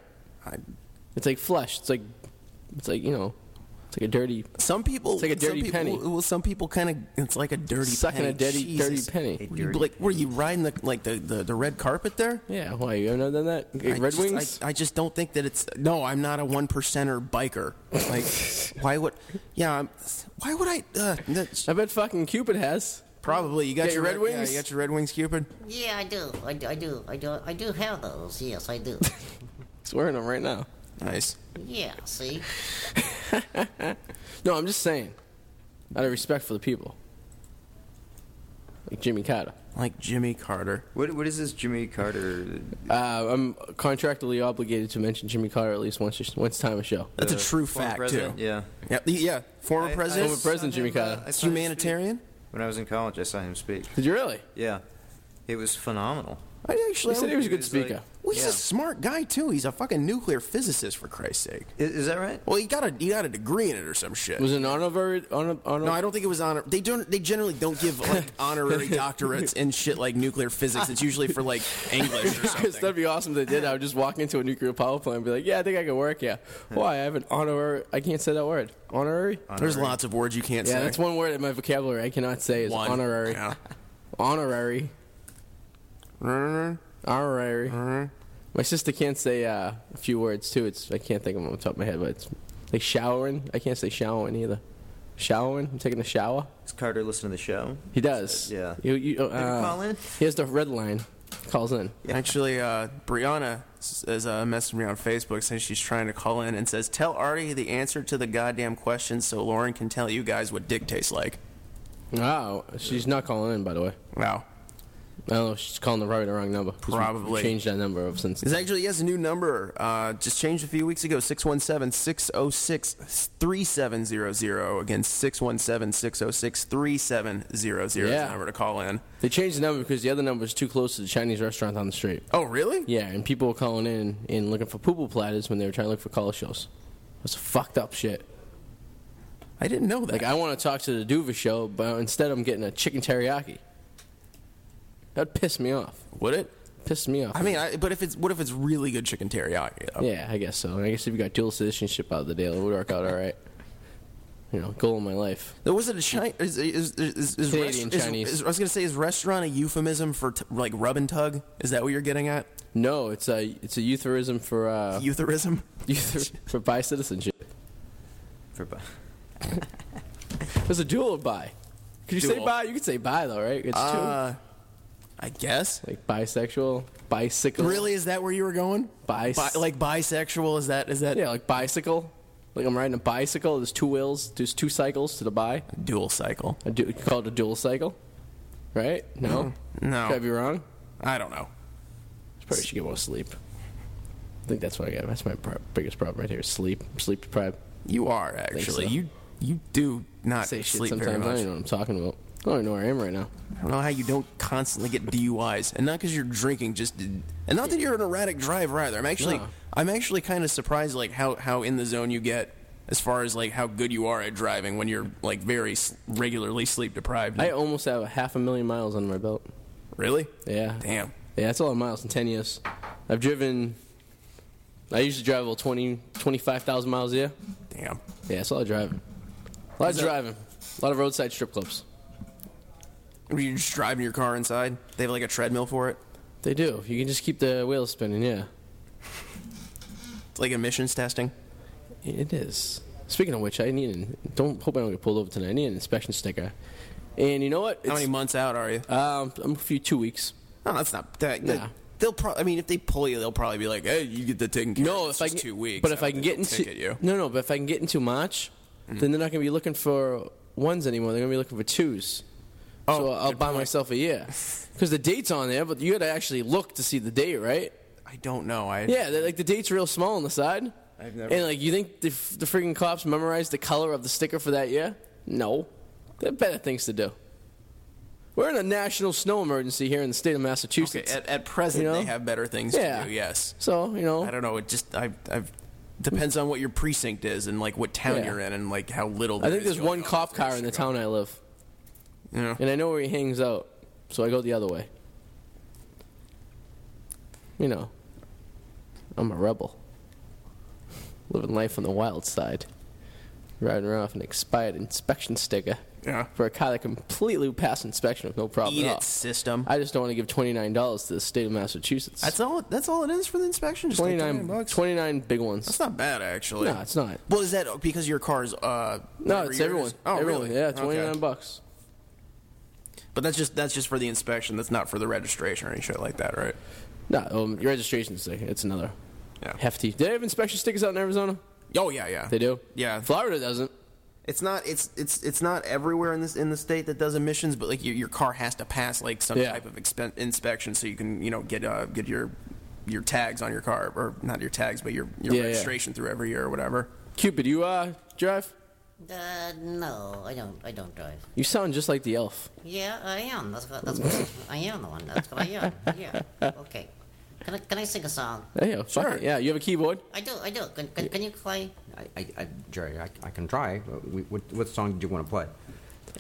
D: I,
C: It's like flesh. It's like, it's like you know, it's like a dirty
D: some people
C: It's like a
D: some
C: dirty
D: people-
C: penny.
D: Well, some people kind of it's like a dirty
C: sucking
D: penny.
C: a dirty,
D: Jesus.
C: dirty penny.
D: Were you, like were you riding the like the, the, the red carpet there?
C: Yeah, why you haven't done that?
D: I
C: Red
D: just-
C: Wings.
D: I, I just don't think that it's. No, I'm not a one percenter biker.
C: (laughs)
D: Like, why would? Yeah, I'm, why would I? Uh, that's-
C: I, bet fucking Cupid has.
D: probably you got
C: Got
D: your
C: your Red
D: yeah,
C: Wings?
D: you got your Red Wings, Cupid.
F: Yeah, I do. I do. I do. I do. I do have those. Yes, I do.
C: He's wearing them right now.
D: Nice.
F: yeah. See.
C: No, I'm just saying, out of respect for the people, like Jimmy Carter.
D: Like Jimmy Carter.
G: what, what is this Jimmy Carter?
C: Uh, I'm contractually obligated to mention Jimmy Carter at least once, once time a show.
D: That's a true
G: former
D: fact
G: president?
D: too.
G: Yeah.
D: Yeah, the- yeah. Former
G: I- I
D: president.
C: Former president Jimmy Carter.
G: I saw him
D: humanitarian.
G: speak. When I was in college, I saw him speak.
C: Did you really?
G: Yeah. It was phenomenal.
D: I
C: They
D: actually.
C: said he was a good
G: He was like-
C: speaker.
D: well, he's
G: Yeah.
D: a smart guy too. He's a fucking nuclear physicist for Christ's sake.
G: I- Is, that right?
D: Well, he got a he got a degree in it or some shit.
C: was it an honorary? Honor, honor,
D: No, I don't think it was honor. They don't. They generally don't give
C: (laughs)
D: like honorary doctorates and shit like nuclear physics. It's usually for like
C: (laughs)
D: English or
C: That'd
D: something.
C: be awesome if they did. I would just walk into a nuclear power plant and be like, yeah, I think I can work, yeah. Why? I have an honorary. I can't say that word. Honorary?
D: There's lots of words you can't
C: Yeah,
D: say.
C: that's one word in my vocabulary I cannot say is
D: One.
C: honorary. (laughs)
D: Yeah.
C: Honorary.
D: Mm-hmm.
C: Honorary. My sister can't say uh, a few words too. It's I can't think of them on the top of my head, but it's like showering. I can't say showering either. Showering. I'm taking a shower.
G: Does Carter listen to the show?
C: He does.
G: Yeah.
C: You, you, uh,
G: Call in?
C: He has the red line. calls in.
D: Actually, uh, Brianna s- is uh, messaging me on Facebook saying she's trying to call in and says, "Tell Artie the answer to the goddamn question so Lauren can tell you guys what dick tastes like."
C: Wow, she's not calling in, by the way.
D: Wow.
C: I don't know if Oh, she's calling the right or wrong number. 'cause we- we
D: Probably.
C: changed that number up since.
D: It's actually, yes, a new number. Uh, just changed a few weeks ago 617 606 3700. Again, 617 606 3700 is the
C: Yeah.
D: number to call in.
C: They changed the number because the other number is too close to the Chinese restaurant on the street.
D: Oh, really?
C: Yeah, and people were calling in and looking for poo poo platters when they were trying to look for color shows. That's fucked up shit.
D: I didn't know that.
C: Like I want to talk to the Duva show, but instead I'm getting a chicken teriyaki. That pissed me off. (laughs)
D: Would it?
C: Pissed me off.
D: I mean, I, but if it's what if it's really good chicken teriyaki? though?
C: yeah, I guess so. And I guess if you got dual citizenship out of the deal, it would work out all right. You know, goal of my life.
D: There was it a Chinese? Is, is, is, is, is,
C: Canadian
D: is-
C: Chinese.
D: is- I was gonna say, is restaurant a euphemism for t- like rub and tug? Is that what you're getting at?
C: No, it's a it's a euphemism for
D: (laughs)
C: uh,
D: Euthyrism?
C: euth- for bi citizenship.
G: For bu-
C: It's a dual or bi. Could you say
D: Dual.
C: bi? You could say bi though, right? It's
D: Uh, I guess.
C: two. Like bisexual, bicycle.
D: Really, is that where you were going?
C: Bis-
D: Bi- like bisexual? Is that is that
C: Yeah, like bicycle. Like I'm riding a bicycle. There's two wheels. There's two cycles to the bi.
D: dual cycle?
C: A du- you call it a dual cycle, right? No,
D: No.
C: Could I be wrong?
D: I don't know.
C: Probably should get more sleep. I think that's what I got. That's my pro- biggest problem right here. is Sleep, sleep deprived.
D: You are actually
C: so.
D: you you do not
C: Say shit
D: sleep very
C: sometimes. I
D: much.
C: don't even know what I'm talking about. I don't even know where I am right now.
D: I don't know how you don't constantly get DUIs, and not because you're drinking, just and not that you're an erratic driver either. I'm actually,
C: No.
D: I'm actually kind of surprised, like how how in the zone you get as far as like how good you are at driving when you're like very s- regularly sleep deprived.
C: I almost have a half a million miles under my belt.
D: really?
C: Yeah.
D: Damn.
C: Yeah, that's a lot of miles in 10 years. I've driven, I usually drive about 20, 25,000 miles a year.
D: Damn.
C: Yeah, that's a lot of driving. A lot of driving. A lot of roadside strip clubs.
D: Were you just driving your car inside? They have like a treadmill for it.
C: They do. You can just keep the wheels spinning, yeah.
D: It's like emissions testing.
C: It is. Speaking of which, I need an, don't hope I don't get pulled over tonight. I need an inspection sticker. And you know what?
D: How
C: It's-
D: many months out are you?
C: Um, I'm a few two weeks.
D: No, that's not that. that-
C: Nah.
D: They'll probably. I mean, if they pull you, they'll probably be like, "Hey, you get the ticket."
C: No,
D: it's
C: if I
D: just
C: can,
D: two weeks.
C: but if
D: don't
C: I can
D: think
C: get
D: they'll
C: into
D: ticket you, Mm-hmm.
C: no, no, but if I can get into March, then they're not gonna be looking for ones anymore. They're gonna be looking for twos.
D: Oh,
C: so I'll buy myself a
D: (laughs)
C: year because the date's on there, but you gotta actually look to see the date, right?
D: I don't know. I
C: Yeah, they're- like the date's real small on the side.
G: I've never-
C: And like, you think the, f- the freaking cops memorized the color of the sticker for that year? No, they have better things to do. We're in a national snow emergency here in the state of
D: Okay,
C: Massachusetts.
D: at, at present,
C: You know?
D: they have better things
C: Yeah.
D: to do. Yes,
C: so you know,
D: I don't know. It just I I've depends on what your precinct is and like what town
C: Yeah.
D: you're in and like how little.
C: I
D: there
C: think
D: is
C: there's
D: going
C: one
D: on.
C: cop car in the town I live.
D: Yeah.
C: And I know where he hangs out, so I go the other way. You know, I'm a rebel. Living life on the wild side. Riding around with an expired inspection sticker
D: Yeah.
C: for a car that completely passed inspection with no problem at
D: Eat it,
C: all.
D: system.
C: I just don't want to give $29 to the state of Massachusetts.
D: that's all. That's all it is for the inspection. Just like
C: 29,
D: 29 bucks.
C: 29 big ones.
D: That's not bad actually.
C: No, it's not.
D: Well, is that because your car's? Uh,
C: no,
D: whatever
C: it's
D: yours-
C: everyone.
D: Oh,
C: everyone.
D: really?
C: Yeah, 29
D: Okay.
C: bucks.
D: But that's just that's just for the inspection. That's not for the registration or any shit like that, right?
C: No, um, your registration sticker. It's another
D: Yeah.
C: hefty. Do they have inspection stickers out in Arizona?
D: Oh yeah, yeah.
C: They do.
D: Yeah.
C: Florida doesn't.
D: It's not it's it's it's not everywhere in this in the state that does emissions, but like your, your car has to pass like some
C: Yeah.
D: type of expen- inspection so you can you know get uh get your your tags on your car or not your tags but your your
C: Yeah, yeah.
D: registration through every year or whatever.
C: Cupid, you uh drive?
F: Uh, no, I don't. I don't drive.
C: You sound just like the elf.
F: Yeah, I am. That's what. That's what I am the one. That's what I am. Yeah. Okay. Can I, can I sing a song?
C: Hey, yo, fuck
D: Sure.
C: it. Yeah, you have a keyboard?
F: I do. I do. Can, can, can you play?
I: I, I, I Jerry, I, I can try. What, what, what song did you want to play?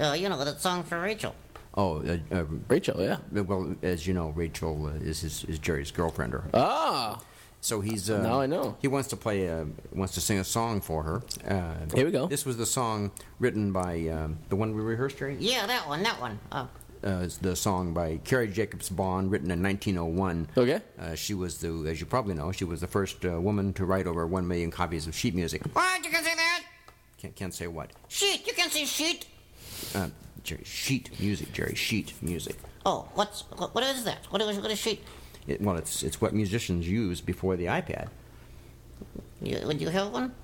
F: Uh, you know that song for Rachel.
I: Oh, uh, uh,
C: Rachel, yeah.
I: well, as you know, Rachel uh, is his, is Jerry's girlfriend, or uh,
C: Ah,
I: so he's. Uh,
C: Now I know.
I: He wants to play. Uh, wants to sing a song for her. Uh,
C: Here we go.
I: This was the song written by um, the one we rehearsed, Jerry.
F: Yeah, that one. That one. Uh,
I: uh, is the song by Carrie Jacobs Bond, written in 1901.
C: Okay.
I: Uh, she was the, as you probably know, she was the first uh, woman to write over one million copies of sheet music.
F: what? You can say that?
I: Can't, can't say what.
F: Shit. You can say shit.
I: Uh, Jerry, sheet music, Jerry. Sheet music.
F: Oh, what's what, what is that? What is what is sheet?
I: It, well, it's it's what musicians used before the iPad.
F: You, would you have one?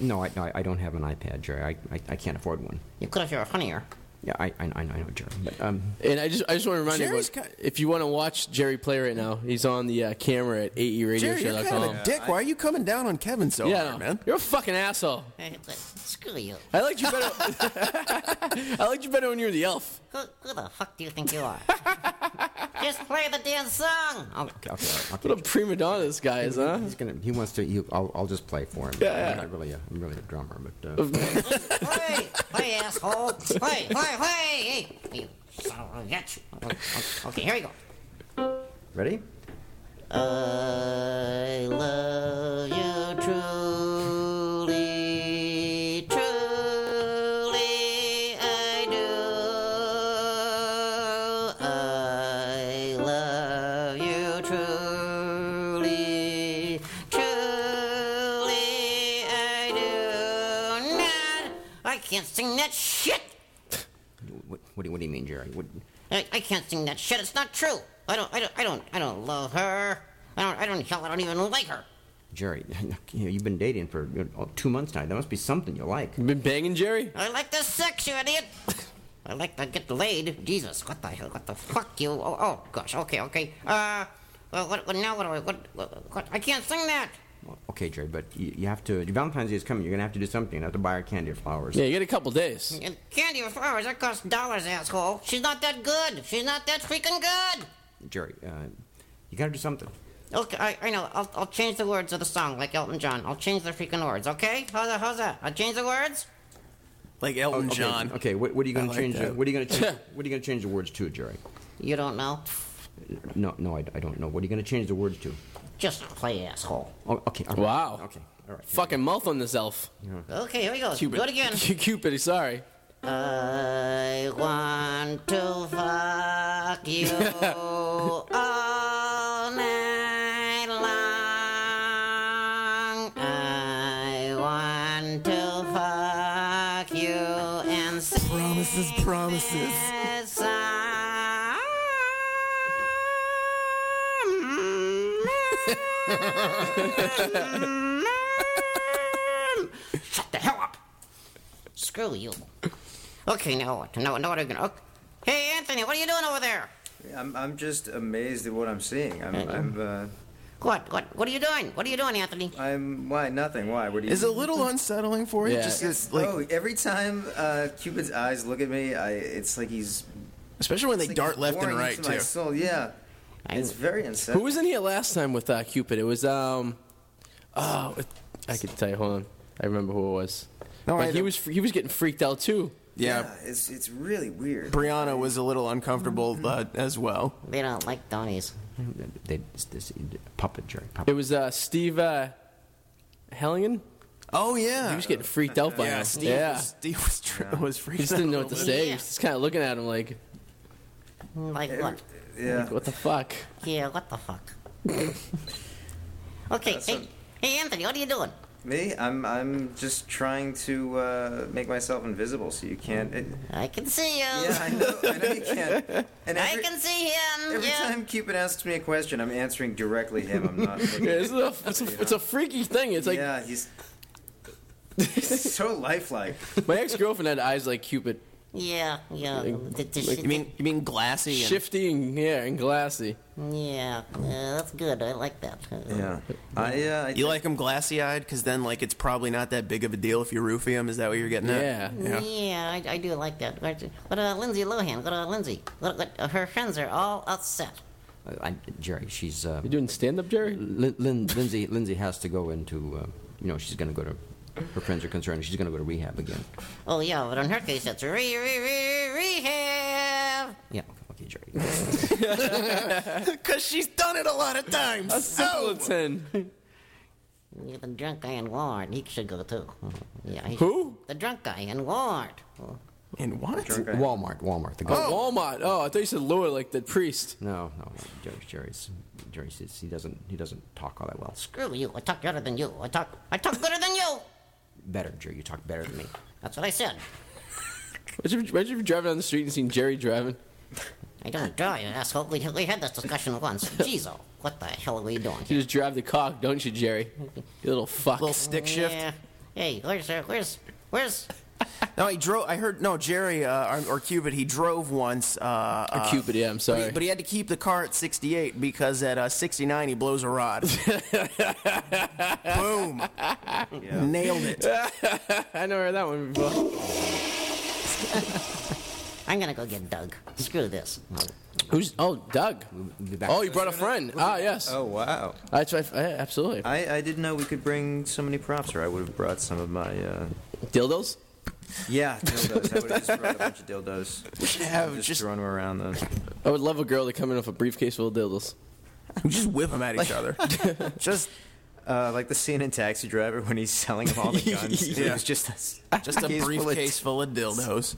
I: no, I, no, I- I don't have an iPad, Jerry. I, I, I can't afford one.
F: You could if you were funnier.
I: Yeah, I, I, I know, Jerry. But um,
C: And I just I just want to remind
D: Jerry's
C: everyone,
D: ki-
C: if you want to watch Jerry play right now, he's on the uh, camera at
D: Jerry, you're kind of
C: aeradioshow.com.
D: a dick. Why are you coming down on Kevin so
C: Yeah,
D: hard, man?
C: you're a fucking asshole.
F: Hey, but screw you.
C: I liked you better. (laughs) I liked you better when you were the elf.
F: Who, who the fuck do you think you are? Just play the damn song. Oh,
I: (laughs) okay, okay, okay.
C: What a prima donna this guy is, huh?
I: He's gonna. He wants to. He, I'll, I'll just play for him.
C: Yeah,
I: I'm
C: yeah.
I: not really. A, I'm really a drummer, but. Uh,
F: play, play, asshole. Play, play, play. Hey, you son of a bitch. Okay, here we go.
I: ready?
F: I love you truly, truly I do. I love you truly, truly I do. Not, I can't sing that shit.
I: What, what, do, you- what do you mean, Jerry? What,
F: I, I can't sing that shit. It's not true. I don't. I don't. I don't. I don't love her. I don't. I don't. Hell, I don't even like her.
I: Jerry, (laughs) you know, you've been dating for you know, two months now. There must be something you like.
C: You been banging Jerry?
F: I like the sex, you idiot. (coughs) I like to get laid. Jesus, what the hell? What the fuck, you? Oh, oh gosh. Okay, okay. Uh, well, what, what now? What do I? What, what, what? I can't sing that.
I: Okay, Jerry, but you, you have to. Valentine's Day is coming. You're gonna have to do something. You have to buy her candy or flowers.
C: Yeah, you get a couple days.
F: And candy or flowers that costs dollars, asshole. She's not that good. She's not that freaking good.
I: Jerry, uh, you gotta do something.
F: Okay, I, I know. I'll, I'll change the words of the song, like Elton John. I'll change the freaking words. Okay? How's that? How's that? I'll change the words.
D: Like Elton
I: Oh, Okay,
D: John.
I: Okay, what, what are you
D: I
I: gonna
D: like
I: change?
D: that.
I: What are you gonna
D: (laughs)
I: change? what are you gonna change the words to, Jerry?
F: You don't know.
I: No, no, I, I don't know. What are you gonna change the words to?
F: Just play asshole.
I: Oh, okay. all right.
C: Wow.
I: Okay. All right.
C: Fucking mouth on this elf.
F: Okay, here we go. Do it again.
C: (laughs) Cupid, sorry.
F: I want to fuck
D: (laughs)
F: you all night long. I want to fuck you and uh, sing
D: Promises, promises.
F: a
D: (laughs)
F: mm, song. mm. Shut the hell up! Screw you. Okay, now what? Now, now what are you gonna? Okay. Hey, Anthony, what are you doing over there?
G: I'm, I'm just amazed at what I'm seeing. I'm, I'm, uh,
F: What? What? What are you doing? What are you doing, Anthony?
G: I'm, why, nothing, why? What do you
D: Is it a little unsettling for you?
C: Yeah.
D: Just it's like,
G: oh, every time uh, Cupid's eyes look at me, I it's like he's
D: especially when they
G: it's like
D: dart
G: he's
D: left and
G: boring
D: right
G: into my
D: too.
G: soul. Yeah, it's very
C: Who
G: unsettling.
C: was in here last time with uh, Cupid? It was um, oh, it- I could tell you. Hold on, I remember who it was.
D: No,
C: But
D: I
C: he
D: don't-
C: was he was getting freaked out too.
D: Yeah.
G: it's it's really weird.
D: Brianna was a little uncomfortable uh, as well.
F: They don't like Donnie's.
I: They, this, this, puppet, Jerry.
C: It
I: Puppet.
C: was uh, Steve uh, Hellion.
D: Oh yeah,
C: He was getting freaked out by
D: yeah.
C: him.
D: Steve
C: yeah,
D: was, Steve was, tr- was (laughs)
C: he just
D: freaking.
C: didn't
D: out.
C: know what to say. He
F: Yeah.
C: was just kind of looking at him like,
F: Like what?
G: Yeah,
C: "What the fuck?"
F: Yeah, what the fuck? (laughs) okay,
G: That's
F: hey,
G: a-
F: hey, Anthony, what are you doing?
G: me, I'm I'm just trying to uh, make myself invisible so you can't. It,
F: I can see you.
G: yeah, I know, I know you can't.
C: (laughs)
G: And
F: I
G: every,
F: can see him.
G: every
F: yeah.
G: time Cupid asks me a question, I'm answering directly him. I'm
C: (laughs)
G: not. looking
C: Yeah,
G: at
C: it's,
D: (laughs)
C: a, it's, a, it's a freaky thing. It's like
G: yeah, he's
C: (laughs)
G: so lifelike.
C: my ex girlfriend had eyes like Cupid,
F: yeah, yeah. Th- th-
D: You mean you mean glassy? And,
C: shifty and yeah, and glassy.
F: Yeah, yeah, that's good. I like that.
G: Yeah, I. Uh, I
D: you like them glassy eyed? Because then like it's probably not that big of a deal if you roofie them. Is that what you're getting at?
C: Yeah.
F: Yeah, I, I do like that. What uh, Lindsay Lohan? What uh, Lindsay? What, what, uh, her friends are all upset.
I: I, Jerry, she's. Uh,
C: You doing stand up, Jerry?
I: Lin, Lin, Lindsay, Lindsay has to go into. Uh, you know, she's gonna go to. Her friends are concerned. She's gonna go to rehab again.
F: Oh yeah, but in her case, it's re re re rehab.
I: Yeah.
C: (laughs)
I: Okay, Jerry.
D: Because she's done it a lot of times.
C: Simple as ten.
F: Yeah, The drunk guy in Ward, he should go too. (laughs) Yeah. he-
C: Who?
F: The drunk guy in Ward.
D: And what?
I: Walmart. Walmart. The guy.
C: Walmart. Oh, I thought you said Lure like the priest.
I: No, no, no, Jerry. Jerry's. Jerry says he doesn't. He doesn't talk all that well.
F: Screw you! I talk better than you. I talk. I talk better than you.
I: Better, Jerry. You talk better than me.
F: That's what I said.
C: Imagine if, imagine if you're driving down the street and seeing Jerry driving.
F: I
C: (laughs)
F: don't drive, you asshole. We, we had this discussion once. Jeez, oh, what the hell are we doing?
C: You just drive the cock, don't you, Jerry? You little fuck.
D: Little stick shift.
F: Yeah. Hey, where's uh, where's where's
D: No, he drove. I heard no Jerry uh, or, or Cupid. He drove once. Uh,
C: Or
D: uh,
C: Cupid, yeah, I'm
D: But
C: sorry.
D: he, but he had to keep the car at 68 because at uh, 69 he blows
C: (laughs)
D: a rod. Boom! Nailed
C: (laughs)
D: it.
C: I never heard that one before.
F: I'm gonna go get Doug. Screw
C: (laughs)
F: this.
C: Who's? Oh, Doug.
I: We'll be back.
C: Oh, you brought a friend. Ah, yes.
G: Oh wow!
C: That's right. Yeah, absolutely.
G: I, I didn't know we could bring so many props, or I would have brought some of my. Uh,
C: Dildos.
G: yeah, dildos. I would have just brought a bunch of dildos.
D: Have
G: just,
D: just,
G: throwing them around. The,
C: I would love a girl to come in with a briefcase full of dildos.
D: just whip them at each
C: (laughs)
D: other.
G: just uh, like the scene in Taxi Driver when he's selling them all the guns. It
D: (laughs) Yeah.
G: was just this-
D: (laughs)
G: (laughs)
D: Just a
G: Case full of
D: briefcase full of dildos.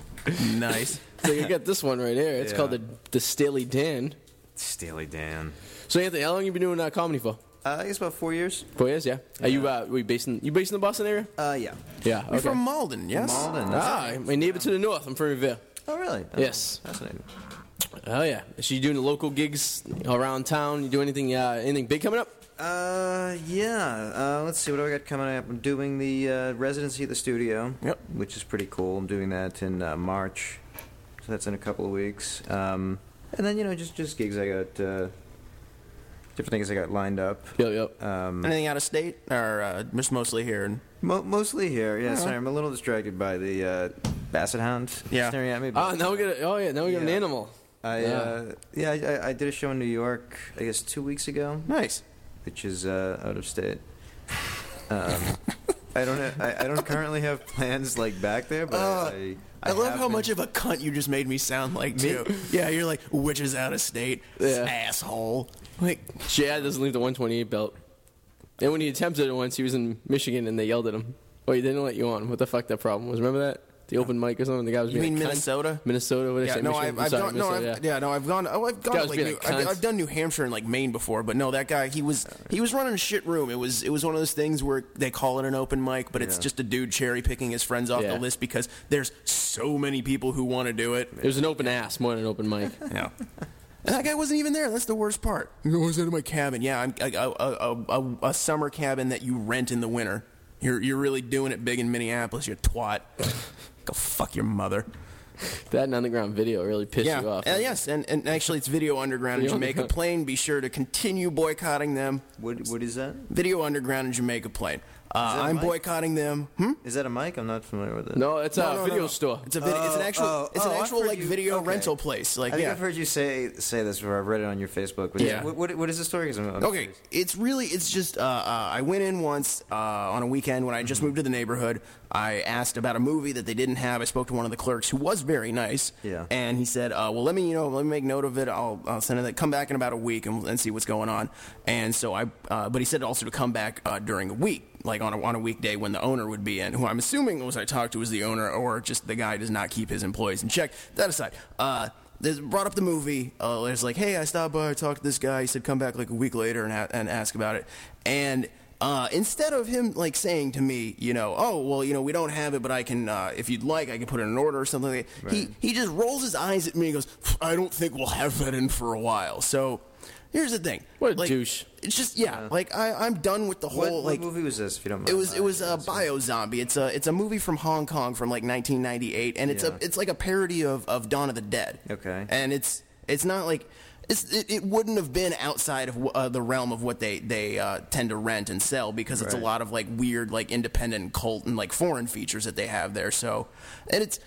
D: Nice.
C: So you got this one right here. It's
G: Yeah.
C: called the the Staley Dan.
G: Steely Dan.
C: So Anthony, how long you been doing uh, comedy for?
G: Uh, I guess about four years.
C: Four years, yeah. Are you uh, were you based in you based in the Boston area?
G: Uh, yeah.
C: Yeah.
D: You're
C: Okay.
D: from Malden, yes?
G: Malden. that's-
C: ah, my neighbor to the north. I'm from Revere.
G: Oh, really? Oh,
C: Yes.
G: Fascinating.
C: Oh yeah. So you doing the local gigs around town? You do anything uh, anything big coming up?
G: Uh, yeah. Uh, let's see what do I got coming up. I'm doing the uh, residency at the studio.
D: Yep.
G: Which is pretty cool. I'm doing that in uh, March, so that's in a couple of weeks. Um, and then you know just just gigs I got. Uh, different things I got lined up. Uh,
C: Yep, yep.
D: Anything out of state? Or uh, just mostly here? And,
G: Mo- mostly here. Yeah. Sorry, I'm a little distracted by the uh, basset hound
D: Yeah.
G: staring at me. but-
C: Ah, now we got a, oh yeah, now we got an
G: Yeah.
C: animal.
G: I uh, yeah, I, I- I did a show in New York. I guess two weeks ago.
D: nice.
G: which is uh, out of state.
D: (laughs)
G: Um, I don't. Ha- I, I don't currently have plans like back there, but
D: Uh,
G: I,
D: I, love
G: have
D: how
G: been-
D: much of a cunt you just made me sound like, too. Yeah, you're like, which is out of state,
C: Yeah.
D: asshole. Like,
C: Chad doesn't leave the 128 belt. And when he attempted it once, he was in Michigan and they yelled at him. Oh, he didn't let you on. What the fuck that problem was? Remember that? The open mic or something? The guy was
D: You
C: being a
D: mean
C: cunt.
D: Minnesota?
C: Minnesota? What did I
D: Yeah,
C: say?
D: no,
C: Michigan?
D: I've, I've
C: Sorry,
D: done, no, I've,
C: Minnesota,
D: yeah.
C: yeah.
D: no, I've gone, oh, I've gone,
C: Guys
D: to, like,
C: being a
D: New,
C: cunt.
D: I've, I've done New Hampshire and like Maine before, but no, that guy, he was, he was running a shit room. It was, it was one of those things where they call it an open mic, but it's
G: Yeah.
D: just a dude cherry picking his friends off
C: Yeah.
D: the list because there's so many people who want to do it.
C: It was an open ass more than an open
D: (laughs)
C: mic.
D: Yeah. And that guy wasn't even there. That's the worst part. He was in my cabin. Yeah, I'm, I, a, a, a, a summer cabin that you rent in the winter. You're, you're really doing it big in Minneapolis, you twat. Go fuck your mother.
C: that and underground video really pissed
D: Yeah.
C: you off.
D: Uh, yes, and, and actually, it's Video Underground in
C: Video
D: Jamaica
C: Underground.
D: Plain. Be sure to continue boycotting them.
G: What, what is that?
D: Video Underground in Jamaica Plain. Uh,
G: Is that
D: I'm
G: Mike?
D: boycotting them. Hmm?
G: Is that a mic? I'm not familiar with it.
C: No, it's a video store.
D: It's a vid- it's an
G: Oh,
D: actual
G: oh,
D: it's an
G: oh, I've
D: actual
G: heard
D: like
G: you-
D: video
G: okay.
D: rental place.
G: I
D: Like
G: think
D: yeah.
G: I've heard you say say this before. I've read it on your Facebook. What-
D: Yeah.
G: What, what, what is the story? 'Cause I'm- I'm
D: Okay,
G: curious.
D: it's really it's just uh, uh, I went in once uh, on a weekend when I
G: Mm-hmm.
D: just moved to the neighborhood. I asked about a movie that they didn't have. I spoke to one of the clerks who was very nice.
G: Yeah.
D: and he said, uh, "Well, let me you know, let me make note of it. I'll, I'll send it. that- Come back in about a week and, and see what's going on." And so I, uh, but he said also to come back uh, during the week, like on a, on a weekday when the owner would be in. Who I'm assuming was I talked to was the owner, or just the guy does not keep his employees in check. That aside. Uh, they brought up the movie. Uh, it's like, hey, I stopped by, I talked to this guy. He said, come back like a week later and, ha- and ask about it. And uh, instead of him like saying to me, you know, oh well, you know, we don't have it, but I can, uh, if you'd like, I can put in an order or something. Like that. He he just rolls his eyes at me and goes, I don't think we'll have that in for a while. So here's the thing.
C: What a
D: Like,
C: douche.
D: It's just yeah, like I I'm done with the whole
G: What, what
D: like
G: movie was this? If you don't mind.
D: it was it was uh, a bio zombie. It's a it's a movie from Hong Kong from like 1998, and it's
G: Yeah.
D: a it's like a parody of of Dawn of the Dead.
G: Okay.
D: and it's it's not like it's it, it wouldn't have been outside of uh, the realm of what they they uh, tend to rent and sell because it's a
G: Right.
D: lot of like weird like independent cult and like foreign features that they have there. So, and it's.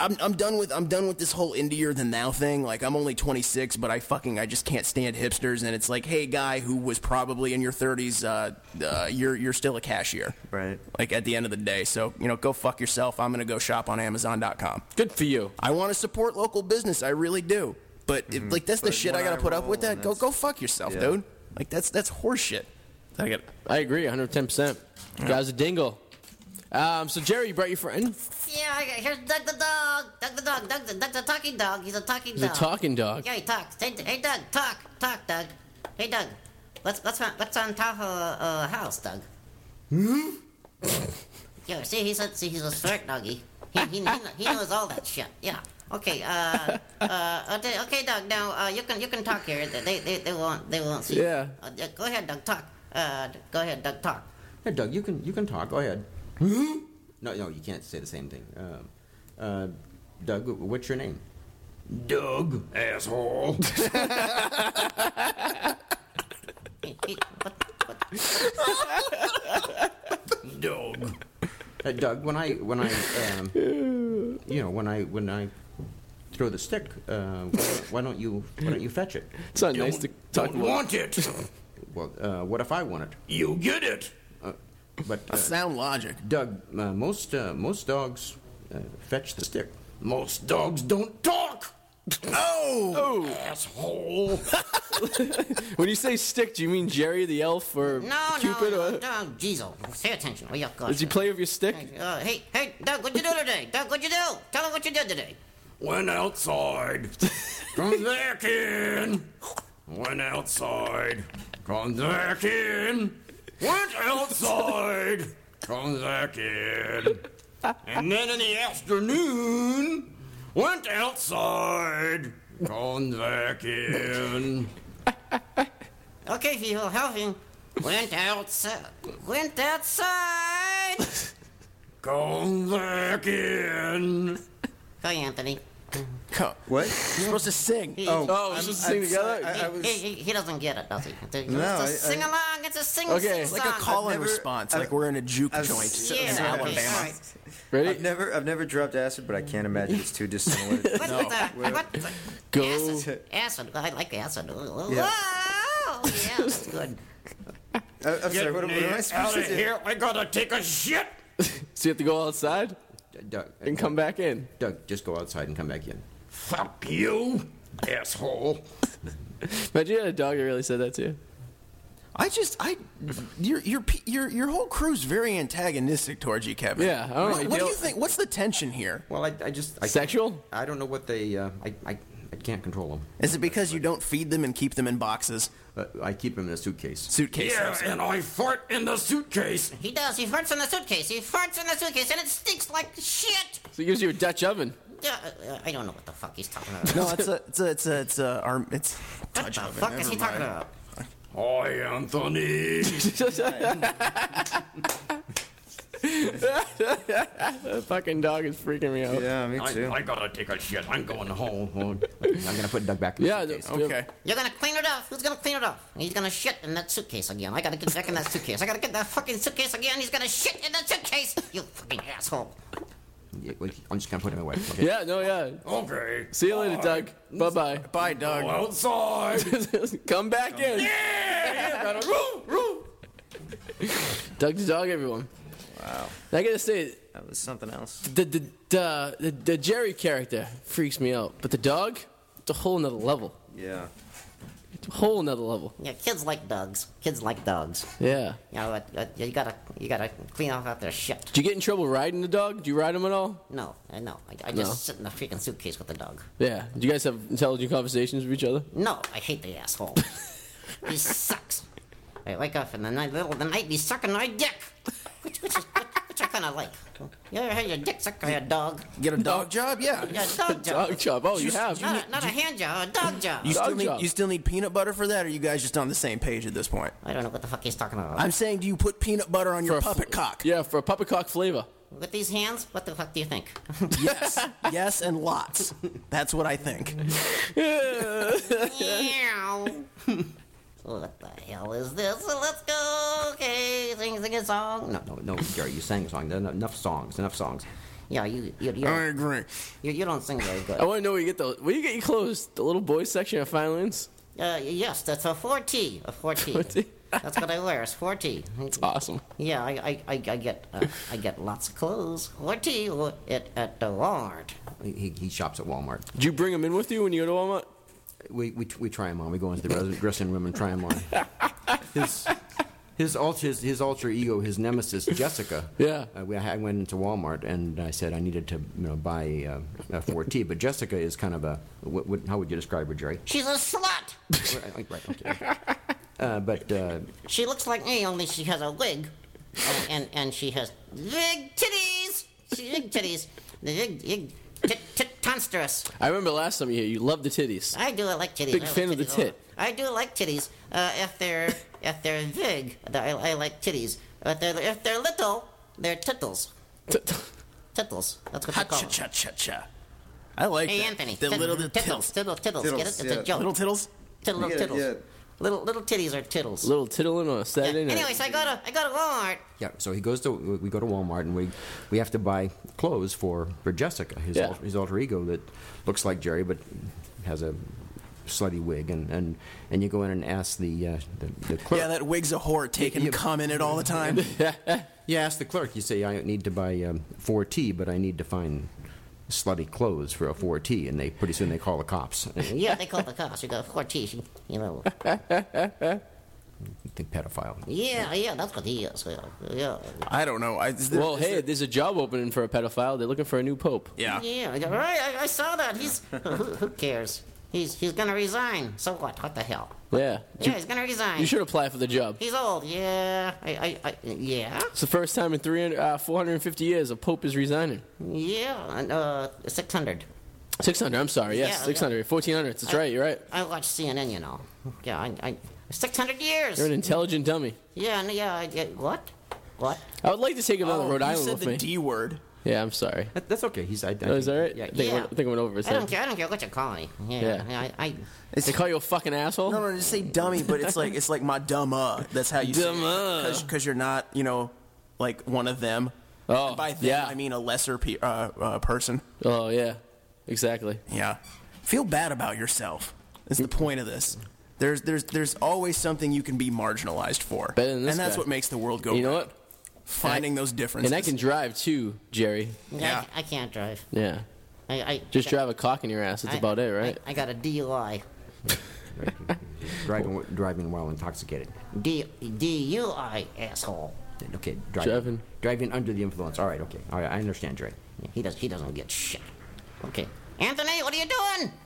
D: I'm, I'm done with I'm done with this whole indier than thou thing. Like I'm only 26, but I fucking I just can't stand hipsters. And it's like, hey, guy who was probably in your 30s, uh, uh, you're you're still a cashier,
G: Right.
D: Like at the end of the day, so you know, go fuck yourself. I'm gonna go shop on Amazon.com.
C: Good for you.
D: I want to support local business, I really do. But if, like that's the
G: Mm-hmm. But
D: shit I
G: when
D: gotta
G: I
D: put up with.
G: roll,
D: That go
G: that's-
D: go fuck yourself,
G: Yeah.
D: dude. Like that's that's horseshit. I got
C: I agree, 110%. Guys, a dingle. Um, so Jerry, you brought your friend.
F: Yeah, I, here's Doug the dog. Doug the dog. Doug the, Doug's a talking dog. He's a talking
C: He's a
F: dog.
C: talking dog.
F: Yeah, he talks. Hey, hey, Doug, talk, talk, Doug. Hey, Doug, what's what's on, what's on top of uh, house, Doug? Hmm. Yo, see, he's a see, he's a smart doggy. He, he, he, kn- he knows all that shit. Yeah. Okay. Uh, uh, okay, okay, Doug. Now uh, you can you can talk here. They they, they won't they won't see.
C: Yeah.
F: Uh, yeah, go ahead, Doug. Talk. Uh, go ahead, Doug. Talk.
I: Hey, Doug, you can you can talk. Go ahead. (gasps) no, no, you can't say the same thing. Um, uh, Doug, what's your name? Doug, asshole. (laughs)
F: He- he- what, what?
I: Doug. Hey, Doug, when I when I um, you know when I when I throw the stick, uh, why don't you why don't you fetch it?
C: It's not nice to talk about.
I: it. well, uh, what if I want it? You get it. Uh, but uh,
D: Sound logic.
I: Doug, uh, most uh, most dogs uh, fetch the stick. Most dogs don't talk. Oh, asshole!
C: When you say stick, do you mean Jerry the elf or
F: No,
C: Cupid?
F: no,
C: or,
F: no, Diesel. Pay attention. Oh, yeah, gosh.
C: does he play with your stick?
F: Uh, hey, hey, Doug, what'd you do today? Doug, what'd you do? Tell him what you did today.
I: Went outside, come back in. Went outside, come back in. Went outside, come back in. And then in the afternoon, went outside, come back in.
F: Okay, if you'll help him. Went outside. Went outside.
I: Come back in.
F: Hi, Anthony.
D: Co-
G: What?
D: You're supposed to sing.
F: Oh,
C: Oh, we're supposed to sing together.
G: I-
F: He,
G: was-
F: he, he, he doesn't get it, does he? It's
G: No,
F: a
G: I- I-
F: sing along. It's a sing
C: Okay.
F: sing
D: Like a
F: song.
D: call and
G: never-
D: response,
G: I've-
D: like we're in a juke
G: I've
D: joint
F: Yeah,
D: in
F: okay, all
D: Alabama.
F: right.
G: I've
C: Ready?
G: never, I've never dropped acid, but I can't imagine it's too
D: (laughs)
G: dissimilar. Uh,
F: What the?
G: We're-
F: What? the-
C: Go.
F: Acid. acid. I like acid. Oh,
G: Yeah.
F: oh, yeah, that's good.
G: I, am sorry. What, am- what am I supposed to do?
I: I gotta take a shit.
C: So you have to go outside
I: Doug, uh,
C: and come back in.
I: Doug, just go outside and come back in. Fuck you, asshole.
C: Imagine you had a dog that really said that to you.
D: I just, I, your, your, pe- your, your whole crew's very antagonistic towards you, Kevin.
C: Yeah, I don't know,
D: What,
C: you
D: what do
C: deal-
D: you think? What's the tension here?
I: Well, I, I just I,
C: Sexual?
I: I don't know what they. Uh, I, I I can't control them.
D: Is it because you don't feed them and keep them in boxes,
I: Uh, I keep them in a suitcase.
D: suitcases?
I: and I fart in the suitcase.
F: He does. He farts in the suitcase. He farts in the suitcase, and it stinks like shit.
C: So it gives you a Dutch oven. (laughs)
F: Yeah, uh, uh, I don't know what the fuck he's talking about.
D: (laughs) No, it's a, it's a, it's a, it's a, arm, it's.
F: what the fuck is he talking about?
I: Hi, (laughs) Anthony.
C: That fucking dog is freaking me out.
G: Yeah, me too.
I: gotta take a shit. I'm going home. (laughs) I'm gonna put Doug back in the
C: Yeah,
I: suitcase.
D: Okay.
F: You're gonna clean it off. Who's gonna clean it off? He's gonna shit in that suitcase again. I gotta get back in that suitcase. I gotta get that fucking suitcase again. He's gonna shit in that suitcase. You fucking asshole.
I: Yeah, wait, I'm just gonna put him away. Okay.
C: Yeah, no, yeah.
I: Okay.
C: See you later, Doug. Bye bye.
D: Bye, Doug.
I: outside.
C: (laughs) Come back in. Doug the dog, everyone. Wow. I gotta say,
G: That was something else.
C: the the, the the the Jerry character freaks me out, but the dog, it's a whole nother level.
G: Yeah.
C: It's a whole nother level.
F: Yeah, kids like dogs. Kids like dogs.
C: Yeah.
F: You know, uh, uh, you gotta, you gotta clean off out their shit.
C: Do you get in trouble riding the dog? Do you ride him at all?
F: No, I know. I, I
C: No.
F: just sit in the freaking suitcase with the dog.
C: Yeah. Do you guys have intelligent conversations with each other?
F: No, I hate the asshole. he sucks. I wake up in the night, middle of the night, and he's sucking my dick, which, which, is, which I kind of like. You ever had your dick sucked by a dog?
D: Get a dog job? Yeah.
C: (laughs)
F: Yeah, a dog job.
C: Dog chop. Oh, you have.
F: Not, a, not a hand job, a dog job.
D: You still,
C: Dog
D: need,
C: job.
D: you still need peanut butter for that, or are you guys just on the same page at this point?
F: I don't know what the fuck he's talking about.
D: I'm saying, do you put peanut butter on
C: For
D: your
C: a fl-
D: puppet cock?
C: (laughs) Yeah, for a puppet cock flavor.
F: With these hands, what the fuck do you think?
D: Yes. yes, and lots. That's what I think.
F: Meow. what the hell is this? Let's go. Okay, sing, sing a song. No, no.
I: No, no, Jerry, you sang a song. There are Enough songs. Enough songs.
F: Yeah, you, you, you,
D: agree.
F: you, you don't sing very good.
C: I want to know where you get the where you get your clothes. The little boys section at Fine (laughs) Lands.
F: Uh, yes, that's a 4T. A 4T.
C: 4T.
F: that's what I wear. It's 4T.
C: It's awesome.
F: Yeah, I, I, I, I get uh, I get lots of clothes. 4T w- at, at the Walmart.
I: He, he shops at Walmart.
C: Do you bring them in with you when you go to Walmart?
I: We, we, we try him on. We go into the res- dressing room and try him on. His, his, alter, his, his alter ego, his nemesis, Jessica.
C: Yeah.
I: Uh, we, I went into Walmart and I said I needed to you know, buy uh, a 4T, but Jessica is kind of a. What, what, how would you describe her, Jerry?
F: She's a slut.
I: right, right, okay. Uh, but uh,
F: She looks like me, only she Oh, has a wig, and and, and she has big titties. She's big titties. Big, big tit, tit tonstrous.
C: I remember last time you here, you loved the titties. (laughs)
F: I do like titties.
C: Big
F: I like
C: fan of the
F: titties a
C: tit.
F: lot. I do like titties. Uh, if they're if they're big, I, I like titties. If they're if they're little, they're tittles. Tittles. That's what
D: Ha
F: they call
D: cha
F: them.
D: cha cha cha. I like
F: Hey
D: that.
F: Anthony,
D: The
F: tit-
D: little the
F: tittles,
D: tittles.
F: tittles, tittles, Get it?
G: Tittles,
F: It's
G: yeah.
F: a joke.
D: Little tittles?
F: tittles,
G: Yeah,
F: tittles.
G: yeah.
F: Little little titties are tittles.
C: Little tittling on a
F: yeah.
C: Saturday night.
F: Anyway, so I go to I go to Walmart.
I: Yeah, so he goes to we go to Walmart and we we have to buy clothes for for Jessica, his
C: Yeah.
I: alter, his alter ego that looks like Jerry but has a slutty wig and and, and you go in and ask the uh, the, the clerk.
D: Yeah, that wig's a whore taking
I: Yeah.
D: cum in it all
C: (laughs)
D: the time.
I: You ask the clerk. You say, "I need to buy um, 4T, but I need to find slutty clothes for a 4T," and they pretty soon they call the cops.
C: (laughs)
I: I
F: Yeah, they call the cops. You go, of course, geez, you- you know.
I: think pedophile.
F: Yeah, yeah, that's what he is. Yeah, yeah.
D: I don't know. I, is there-
C: well,
D: is
C: hey,
D: there-
C: there's a job opening for a pedophile. They're looking for a new pope.
D: yeah.
F: Yeah, I go, right. I, I saw that. He's (laughs) who, who cares? He's he's gonna resign. So what? What the hell?
C: Yeah.
F: Yeah, he's gonna resign.
C: You should apply for the job.
F: He's old. Yeah. I, I, I yeah.
C: It's the first time in 300, uh, 450 years a pope is resigning.
F: Yeah. And, uh, six hundred.
C: 600, I'm sorry. Yes,
F: Yeah,
C: 600. 1400. That's right, you're right.
F: I watch CNN. You know. Yeah. I. I six hundred years.
C: You're an intelligent dummy.
F: yeah. No, yeah. I, yeah. What? What?
C: I would like to take him down
D: Oh,
C: to Rhode
D: you
C: Island
D: said
C: with
D: the
C: me.
D: D word.
C: yeah, I'm sorry.
I: That, that's okay. He's I, I
C: Oh, is that right?
I: Yeah.
C: I think, it went, I think it went over his
F: I don't
C: head.
F: care. I don't care what you call me. Yeah.
C: Yeah.
F: yeah. I. I
C: They call you a fucking asshole?
D: (laughs) No, no, just say dummy, but it's like it's like my dumma. That's how you
C: Dumma.
D: say because you're not, you know, like one of them.
C: Oh,
D: And by them,
C: yeah.
D: I mean a lesser pe- uh, uh, person.
C: Oh, yeah. Exactly.
D: Yeah, feel bad about yourself. Is the point of this? There's there's there's always something you can be marginalized for,
C: Better than this
D: and that's
C: guy.
D: what makes the world go.
C: You know
D: round.
C: what?
D: Finding those differences.
C: And I can drive too, Jerry.
D: Yeah.
F: I, I can't drive.
C: Yeah.
F: I. I
C: Just drive a cock in your ass. That's
F: I-
C: about it, right?
F: I, I got a DUI.
I: Driving driving while intoxicated.
F: D DUI asshole.
I: Okay. Driving,
C: Driving.
I: Driving under the influence. All right. Okay. All right. I understand, Jerry.
F: Yeah, he does. He doesn't get shit. Okay. Anthony, what are you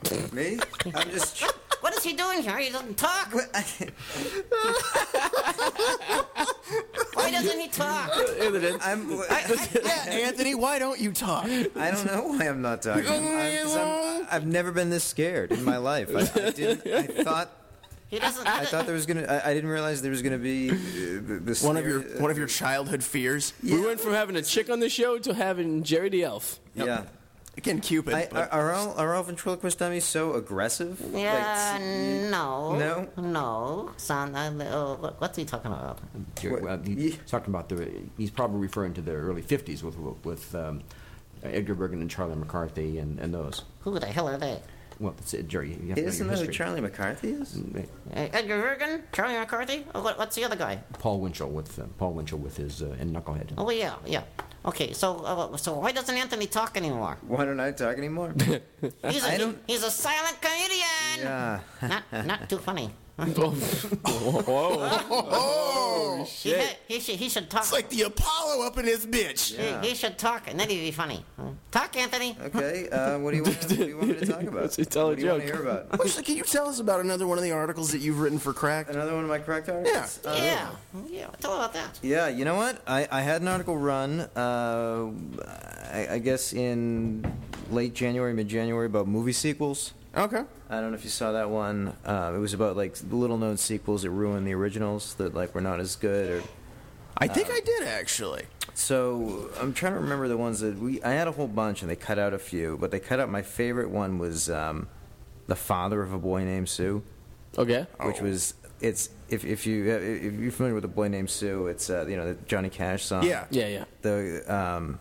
F: doing?
D: (laughs)
G: Me? I'm (laughs) just.
F: What is he doing here? He doesn't talk. Why doesn't he
G: (laughs)
F: talk?
D: (laughs)
G: I'm.
D: yeah, Anthony, why don't you talk?
G: I don't know why I'm not talking. I'm, 'cause I'm, I've never been this scared in my life.
D: (laughs)
G: I, I, didn't, I thought.
F: He doesn't.
G: I thought there was gonna. I, I didn't realize there was gonna be uh, this
D: One of your one of your childhood fears.
C: We went from having a chick on the show to having Jerry the Elf.
G: Yeah.
D: Again, Cupid.
G: I,
D: but-
G: are, are all are all ventriloquist dummies so aggressive?
F: (laughs) Yeah, no.
G: No?
F: No. Son, I, oh, what- what's he talking about?
I: Jerry
G: What-
I: well, he-
G: ye-
I: he's talking about the. He's probably referring to the early '50s with with um, Edgar Bergen and Charlie McCarthy and, and those.
F: Who the hell are they?
I: Well, that's it, Jerry. You
G: Like,
I: have
G: isn't
I: to know
G: that
I: your
G: who
I: history.
G: Charlie McCarthy is?
F: Uh, Edgar Bergen? Charlie McCarthy? Oh, what, what's the other guy?
I: Paul Winchell with uh, Paul Winchell with his uh, and Knucklehead.
F: Oh yeah, yeah. Okay, so uh, so why doesn't Anthony talk anymore?
G: Why don't I talk anymore?
F: He's a,
G: I don't-
F: he's a silent comedian.
G: (laughs) yeah.
F: Not not too funny.
C: Whoa.
F: He, ha- he should he should talk.
D: it's like the Apollo up in his bitch.
F: He- He, should talk, and then he'd be funny. Talk, Anthony.
G: Okay. Uh, what do you want? what do you want me to talk (laughs) about?
C: Let's tell a
G: what do you want to
C: joke.
G: hear about?
D: Actually, can you tell us about another one of the articles that you've written for Crack?
G: Another one of my cracked articles. Uh,
F: yeah, yeah. Tell about that.
G: Yeah, you know what? I, I had an article run, uh, I, I guess in late January, mid January, about movie sequels.
D: Okay.
G: I don't know if you saw that one. Uh, it was about like little known sequels that ruined the originals that like were not as good. Or
D: I think I did actually.
G: so I'm trying to remember the ones that we. I had a whole bunch and they cut out a few, but they cut out my favorite one was um, the father of a boy named Sue.
C: Okay.
D: Oh.
G: which was it's if if you uh, if you're familiar with a boy named Sue, it's uh, you know the Johnny Cash song.
D: Yeah.
C: Yeah, yeah.
G: The um,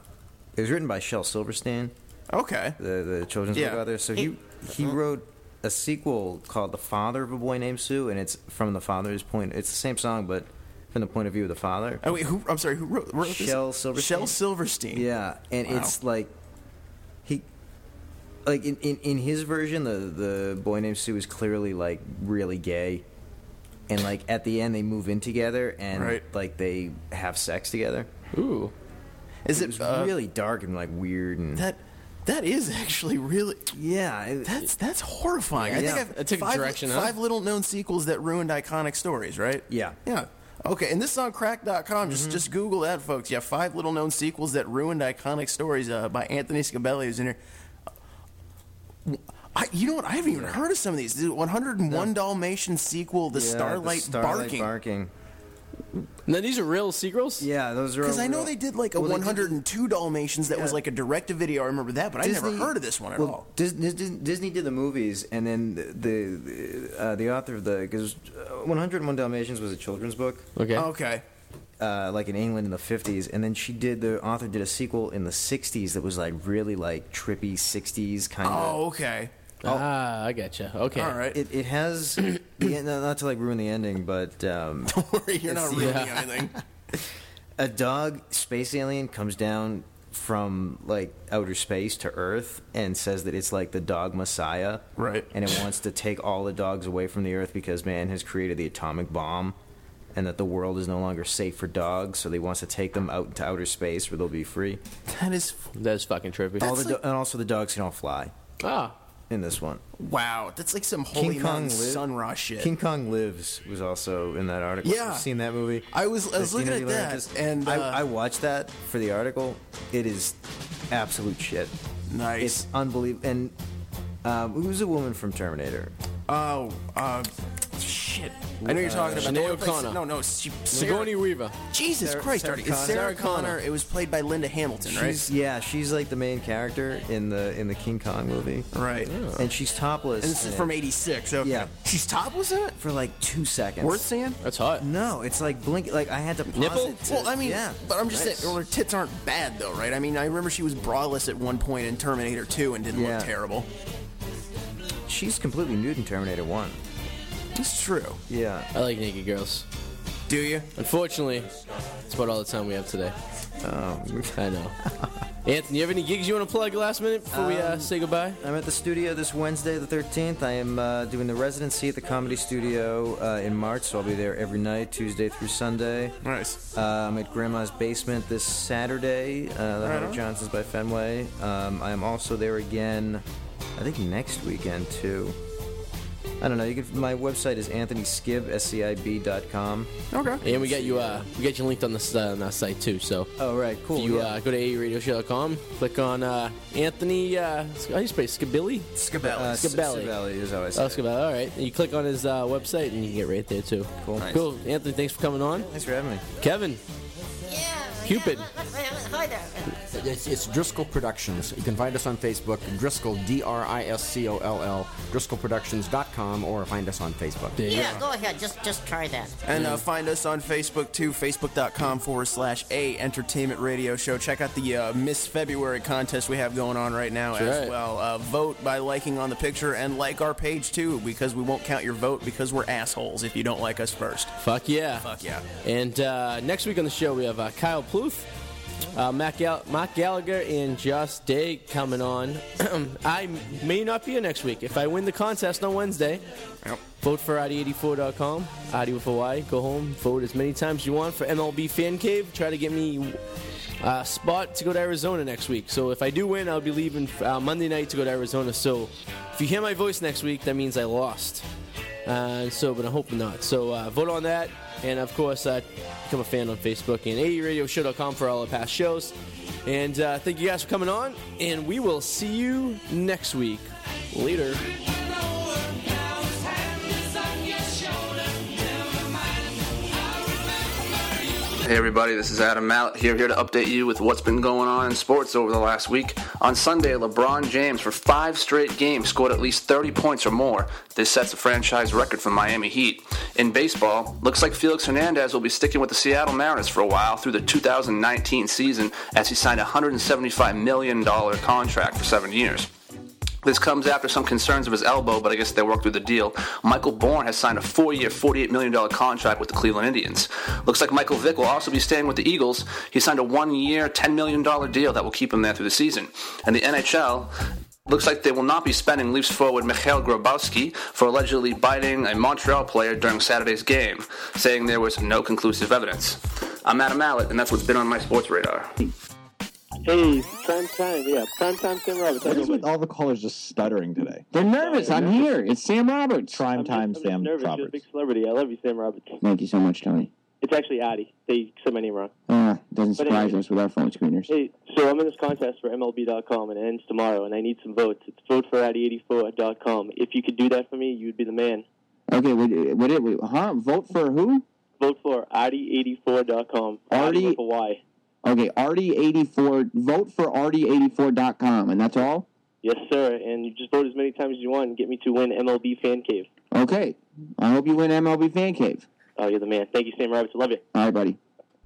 G: it was written by Shel Silverstein,
D: Okay.
G: the the children's
D: Yeah. Uh-huh.
G: book author. So he he wrote a sequel called The Father of a Boy Named Sue, and it's from the father's point. It's the same song, but from the point of view of the father.
D: Oh wait, who? I'm sorry, who wrote, wrote this?
G: Shel Silverstein?
D: Shel Silverstein.
G: Yeah, and
D: Wow.
G: it's like he. Like in, in, in his version, the, the boy named Sue is clearly like really gay, and like at the end they move in together and
D: Right.
G: like they have sex together.
C: Ooh.
D: Is
G: It
D: it
G: was
D: uh,
G: really dark and like weird and
D: that? That is actually really.
G: yeah. it-
D: That's that's horrifying. I
G: Yeah.
D: think I've
C: That took a
D: five,
C: direction, huh?
D: five little known sequels that ruined iconic stories, right?
G: Yeah. Mm-hmm.
D: Yeah. Okay, and this is on crack.com. Just just Google that, folks. Yeah, five little known sequels that ruined iconic stories uh, by Anthony Scabelli is in here. I, you know what? I haven't even heard of some of these. The 101 Dalmatian sequel, The
G: Yeah,
D: Starlight,
G: Starlight
D: Barking.
G: barking.
C: Now these are real sequels.
G: Yeah, those are
D: Because
G: all
D: I know
G: real-
D: they did like a
G: Well, they did-
D: 102 Dalmatians that was
G: Yeah.
D: like a direct to video. I remember that, but I never heard of this one at
G: well,
D: all.
G: Dis- Dis- Dis- Disney did the movies, and then the the, uh, the author of the uh, because 101 Dalmatians was a children's book,
C: Okay.
D: Okay.
G: uh, like in England in the 50s, and then she did the author did a sequel in the 60s that was like really like trippy 60s kind of.
D: Oh, okay. (laughs)
C: Ah, I gotcha. Okay.
D: All right.
G: It, it
D: (clears throat)
G: has the end, not to like ruin the ending, but
D: (laughs)
G: um,
D: Don't worry, you're not reading
G: (laughs)
D: anything.
G: a dog space alien comes down from like outer space to earth and says that it's like the dog messiah
D: Right.
G: and it wants to take all the dogs away from the earth because man has created the atomic bomb and that the world is no longer safe for dogs so they wants to take them out into outer space where they'll be free
D: That is
C: That is fucking trippy.
G: all the do- and also the dogs can all fly
C: ah.
G: in this one
D: wow. That's like some Holy Mountain
G: Live-
D: Sun Ra shit.
G: King Kong Lives was also in that article.
D: Yeah.
G: You've seen that movie.
D: I was- I was
G: With Dino
D: looking
G: De
D: at
G: Laurentiis.
D: that, and, uh,
G: I, I watched that for the article. It is absolute shit.
D: Nice.
G: It's unbelievable. And um, who's a woman from Terminator?
D: Oh, uh, shit. I know
G: Uh,
D: you're talking about.
C: Sinead
D: the one
C: O'Connor.
D: place- No, no. She, Sarah,
C: Sigourney Weaver.
D: Jesus
G: Sarah-
D: Christ,
G: Sarah
D: Artie. It's
G: Connor.
D: Sarah
G: Sarah
D: Connor.
G: Connor.
D: It was played by Linda Hamilton, right?
G: She's, yeah, she's like the main character in the in the King Kong movie,
D: Right.
G: and she's topless.
D: And this is
G: in
D: from
G: it
D: 86. Okay.
G: Yeah.
D: She's topless in it?
G: for like two seconds.
D: Worth seeing?
C: That's hot.
G: No, it's like blink. Like I had to pause
C: Nipple?
G: it to-
D: Well, I mean,
G: yeah,
D: but I'm just
G: Nice.
D: saying, well, her tits aren't bad, though, right? I mean, I remember she was braless at one point in Terminator 2 and didn't
G: Yeah.
D: look terrible.
G: she's completely nude in Terminator One.
D: It's true.
G: Yeah.
C: I like naked girls.
D: Do you?
C: Unfortunately, it's about all the time we have today.
D: Oh.
C: I
D: (laughs)
C: know. Anthony, you have any gigs you want to plug last minute before we
D: Um,
C: uh, say goodbye?
G: I'm at the studio this Wednesday, the 13th. I am uh, doing the residency at the Comedy Studio uh, in March, so I'll be there every night, Tuesday through Sunday.
D: Nice.
G: Uh, I'm at Grandma's Basement this Saturday, uh, the Hunter Johnson's by Fenway. Um, I am also there again, I think next weekend too. I don't know. You can, my website is anthonyskib, S-C-I-B dot com.
C: And we got you. Uh, we got you linked on this uh, on our site too. So
G: Oh, right, cool.
C: if you
G: yeah.
C: uh, go to aeradioshow.com, click on uh, Anthony. Uh, how do you spell it? Scabilli?
D: Scabelli.
G: uh,
C: Scabelli.
G: Scabelli is how I say
C: Oh,
G: it.
C: Scabilli. All right. And you click on his uh, website and you can get right there too.
G: Cool.
C: Cool. Anthony, thanks for coming on.
G: Thanks for having me.
C: Kevin,
F: Yeah.
C: Cupid.
F: Yeah, what- what- hi there.
I: It's, it's Driscoll Productions. You can find us on Facebook, Driscoll, D R I S C O L L, DriscollProductions.com, or find us on Facebook.
C: There you
F: Yeah, go ahead. Just just try that.
D: And uh, find us on Facebook too, facebook.com forward slash A Entertainment Radio Show. Check out the uh, Miss February contest we have going on right now as
C: right.
D: well. Uh, vote by liking on the picture and like our page too, because we won't count your vote because we're assholes if you don't like us first.
C: Fuck yeah.
D: Fuck yeah.
C: And uh, next week on the show, we have uh, Kyle Plouffe, uh, Matt, Gall- Matt Gallagher, and Josh Day coming on. (clears throat) I may not be here next week. If I win the contest on Wednesday, vote for Audi84.com, Audi with a Y. Go home, vote as many times you want for MLB Fan Cave. Try to get me a spot to go to Arizona next week. So if I do win, I'll be leaving uh, Monday night to go to Arizona. So if you hear my voice next week, that means I lost. Uh, so, but I hope not. So, uh, vote on that. And of course, uh, become a E fan on Facebook and aeradioshow.com for all our past shows. And uh, thank you guys for coming on. And we will see you next week. Later.
J: Hey everybody, this is Adam Mallett here, here to update you with what's been going on in sports over the last week. On Sunday, LeBron James, for five straight games, scored at least 30 points or more. This sets a franchise record for Miami Heat. In baseball, looks like Felix Hernandez will be sticking with the Seattle Mariners for a while through the 2019 season as he signed a $175 million contract for seven years. This comes after some concerns of his elbow, but I guess they worked through the deal. Michael Bourne has signed a four year, $48 million contract with the Cleveland Indians. Looks like Michael Vick will also be staying with the Eagles. He signed a one year, $10 million deal that will keep him there through the season. And the NHL. Looks like they will not be spending Leafs forward Mikhail Grabowski for allegedly biting a Montreal player during Saturday's game, saying there was no conclusive evidence. I'm Adam Mallett, and that's what's been on my sports radar.
K: Hey, prime time, yeah, prime time Sam Roberts. What is with all the callers just stuttering today? They're nervous. I'm here. It's Sam Roberts. Prime time, Sam Roberts. big celebrity. I love you, Sam Roberts. Thank you so much, Tony. It's actually Addy. They said my name wrong.
L: Uh, doesn't
K: But
L: surprise
K: anyway.
L: us with our phone screeners.
K: Hey, so I'm in this contest for MLB.com and it ends tomorrow, and I need some votes. It's vote for Addy84.com. If you could do that for me, you'd be the man.
L: Okay, what, what it, what- huh? Vote for who?
K: Vote for Addy84.com. Addy with a Y.
L: Okay, RD84. Vote for RD84.com, and that's all?
K: Yes, sir. And you just vote as many times as you want and get me to win MLB Fan Cave.
L: Okay. I hope you win MLB Fan Cave.
K: Oh, you're the man. Thank you, Sam Roberts. I love you.
L: All right, buddy.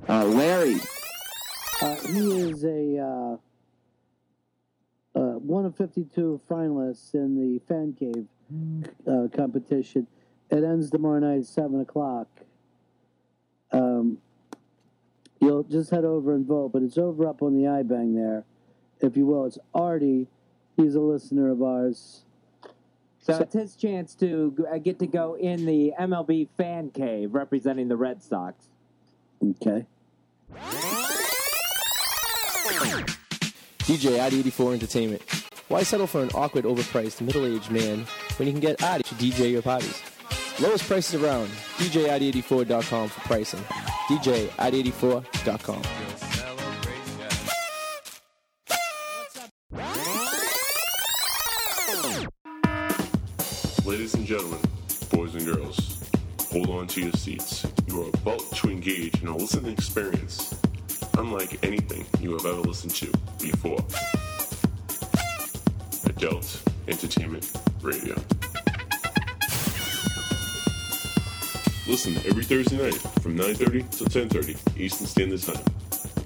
L: Uh, Larry.
M: Uh, he is a uh, uh, one of 52 finalists in the Fan Cave uh, competition. It ends tomorrow night at 7 o'clock. Um, you'll just head over and vote, but it's over up on the iBang there, if you will. It's Artie. He's a listener of ours.
N: So it's his chance to g- uh, get to go in the MLB fan cave representing the Red Sox.
M: Okay.
C: DJ Ad 84 Entertainment. Why settle for an awkward, overpriced, middle-aged man when you can get Ad to DJ your parties? Lowest prices around. DJID84.com for pricing. DJID84.com.
B: Ladies and gentlemen, boys and girls, hold on to your seats. You are about to engage in a listening experience unlike anything you have ever listened to before. Adult Entertainment Radio. Listen every Thursday night from 9.30 to 10.30 Eastern Standard Time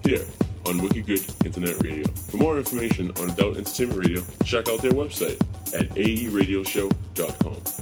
B: here on Wikigood Internet Radio. For more E information on Adult Entertainment Radio, check out their website at aeradioshow.com.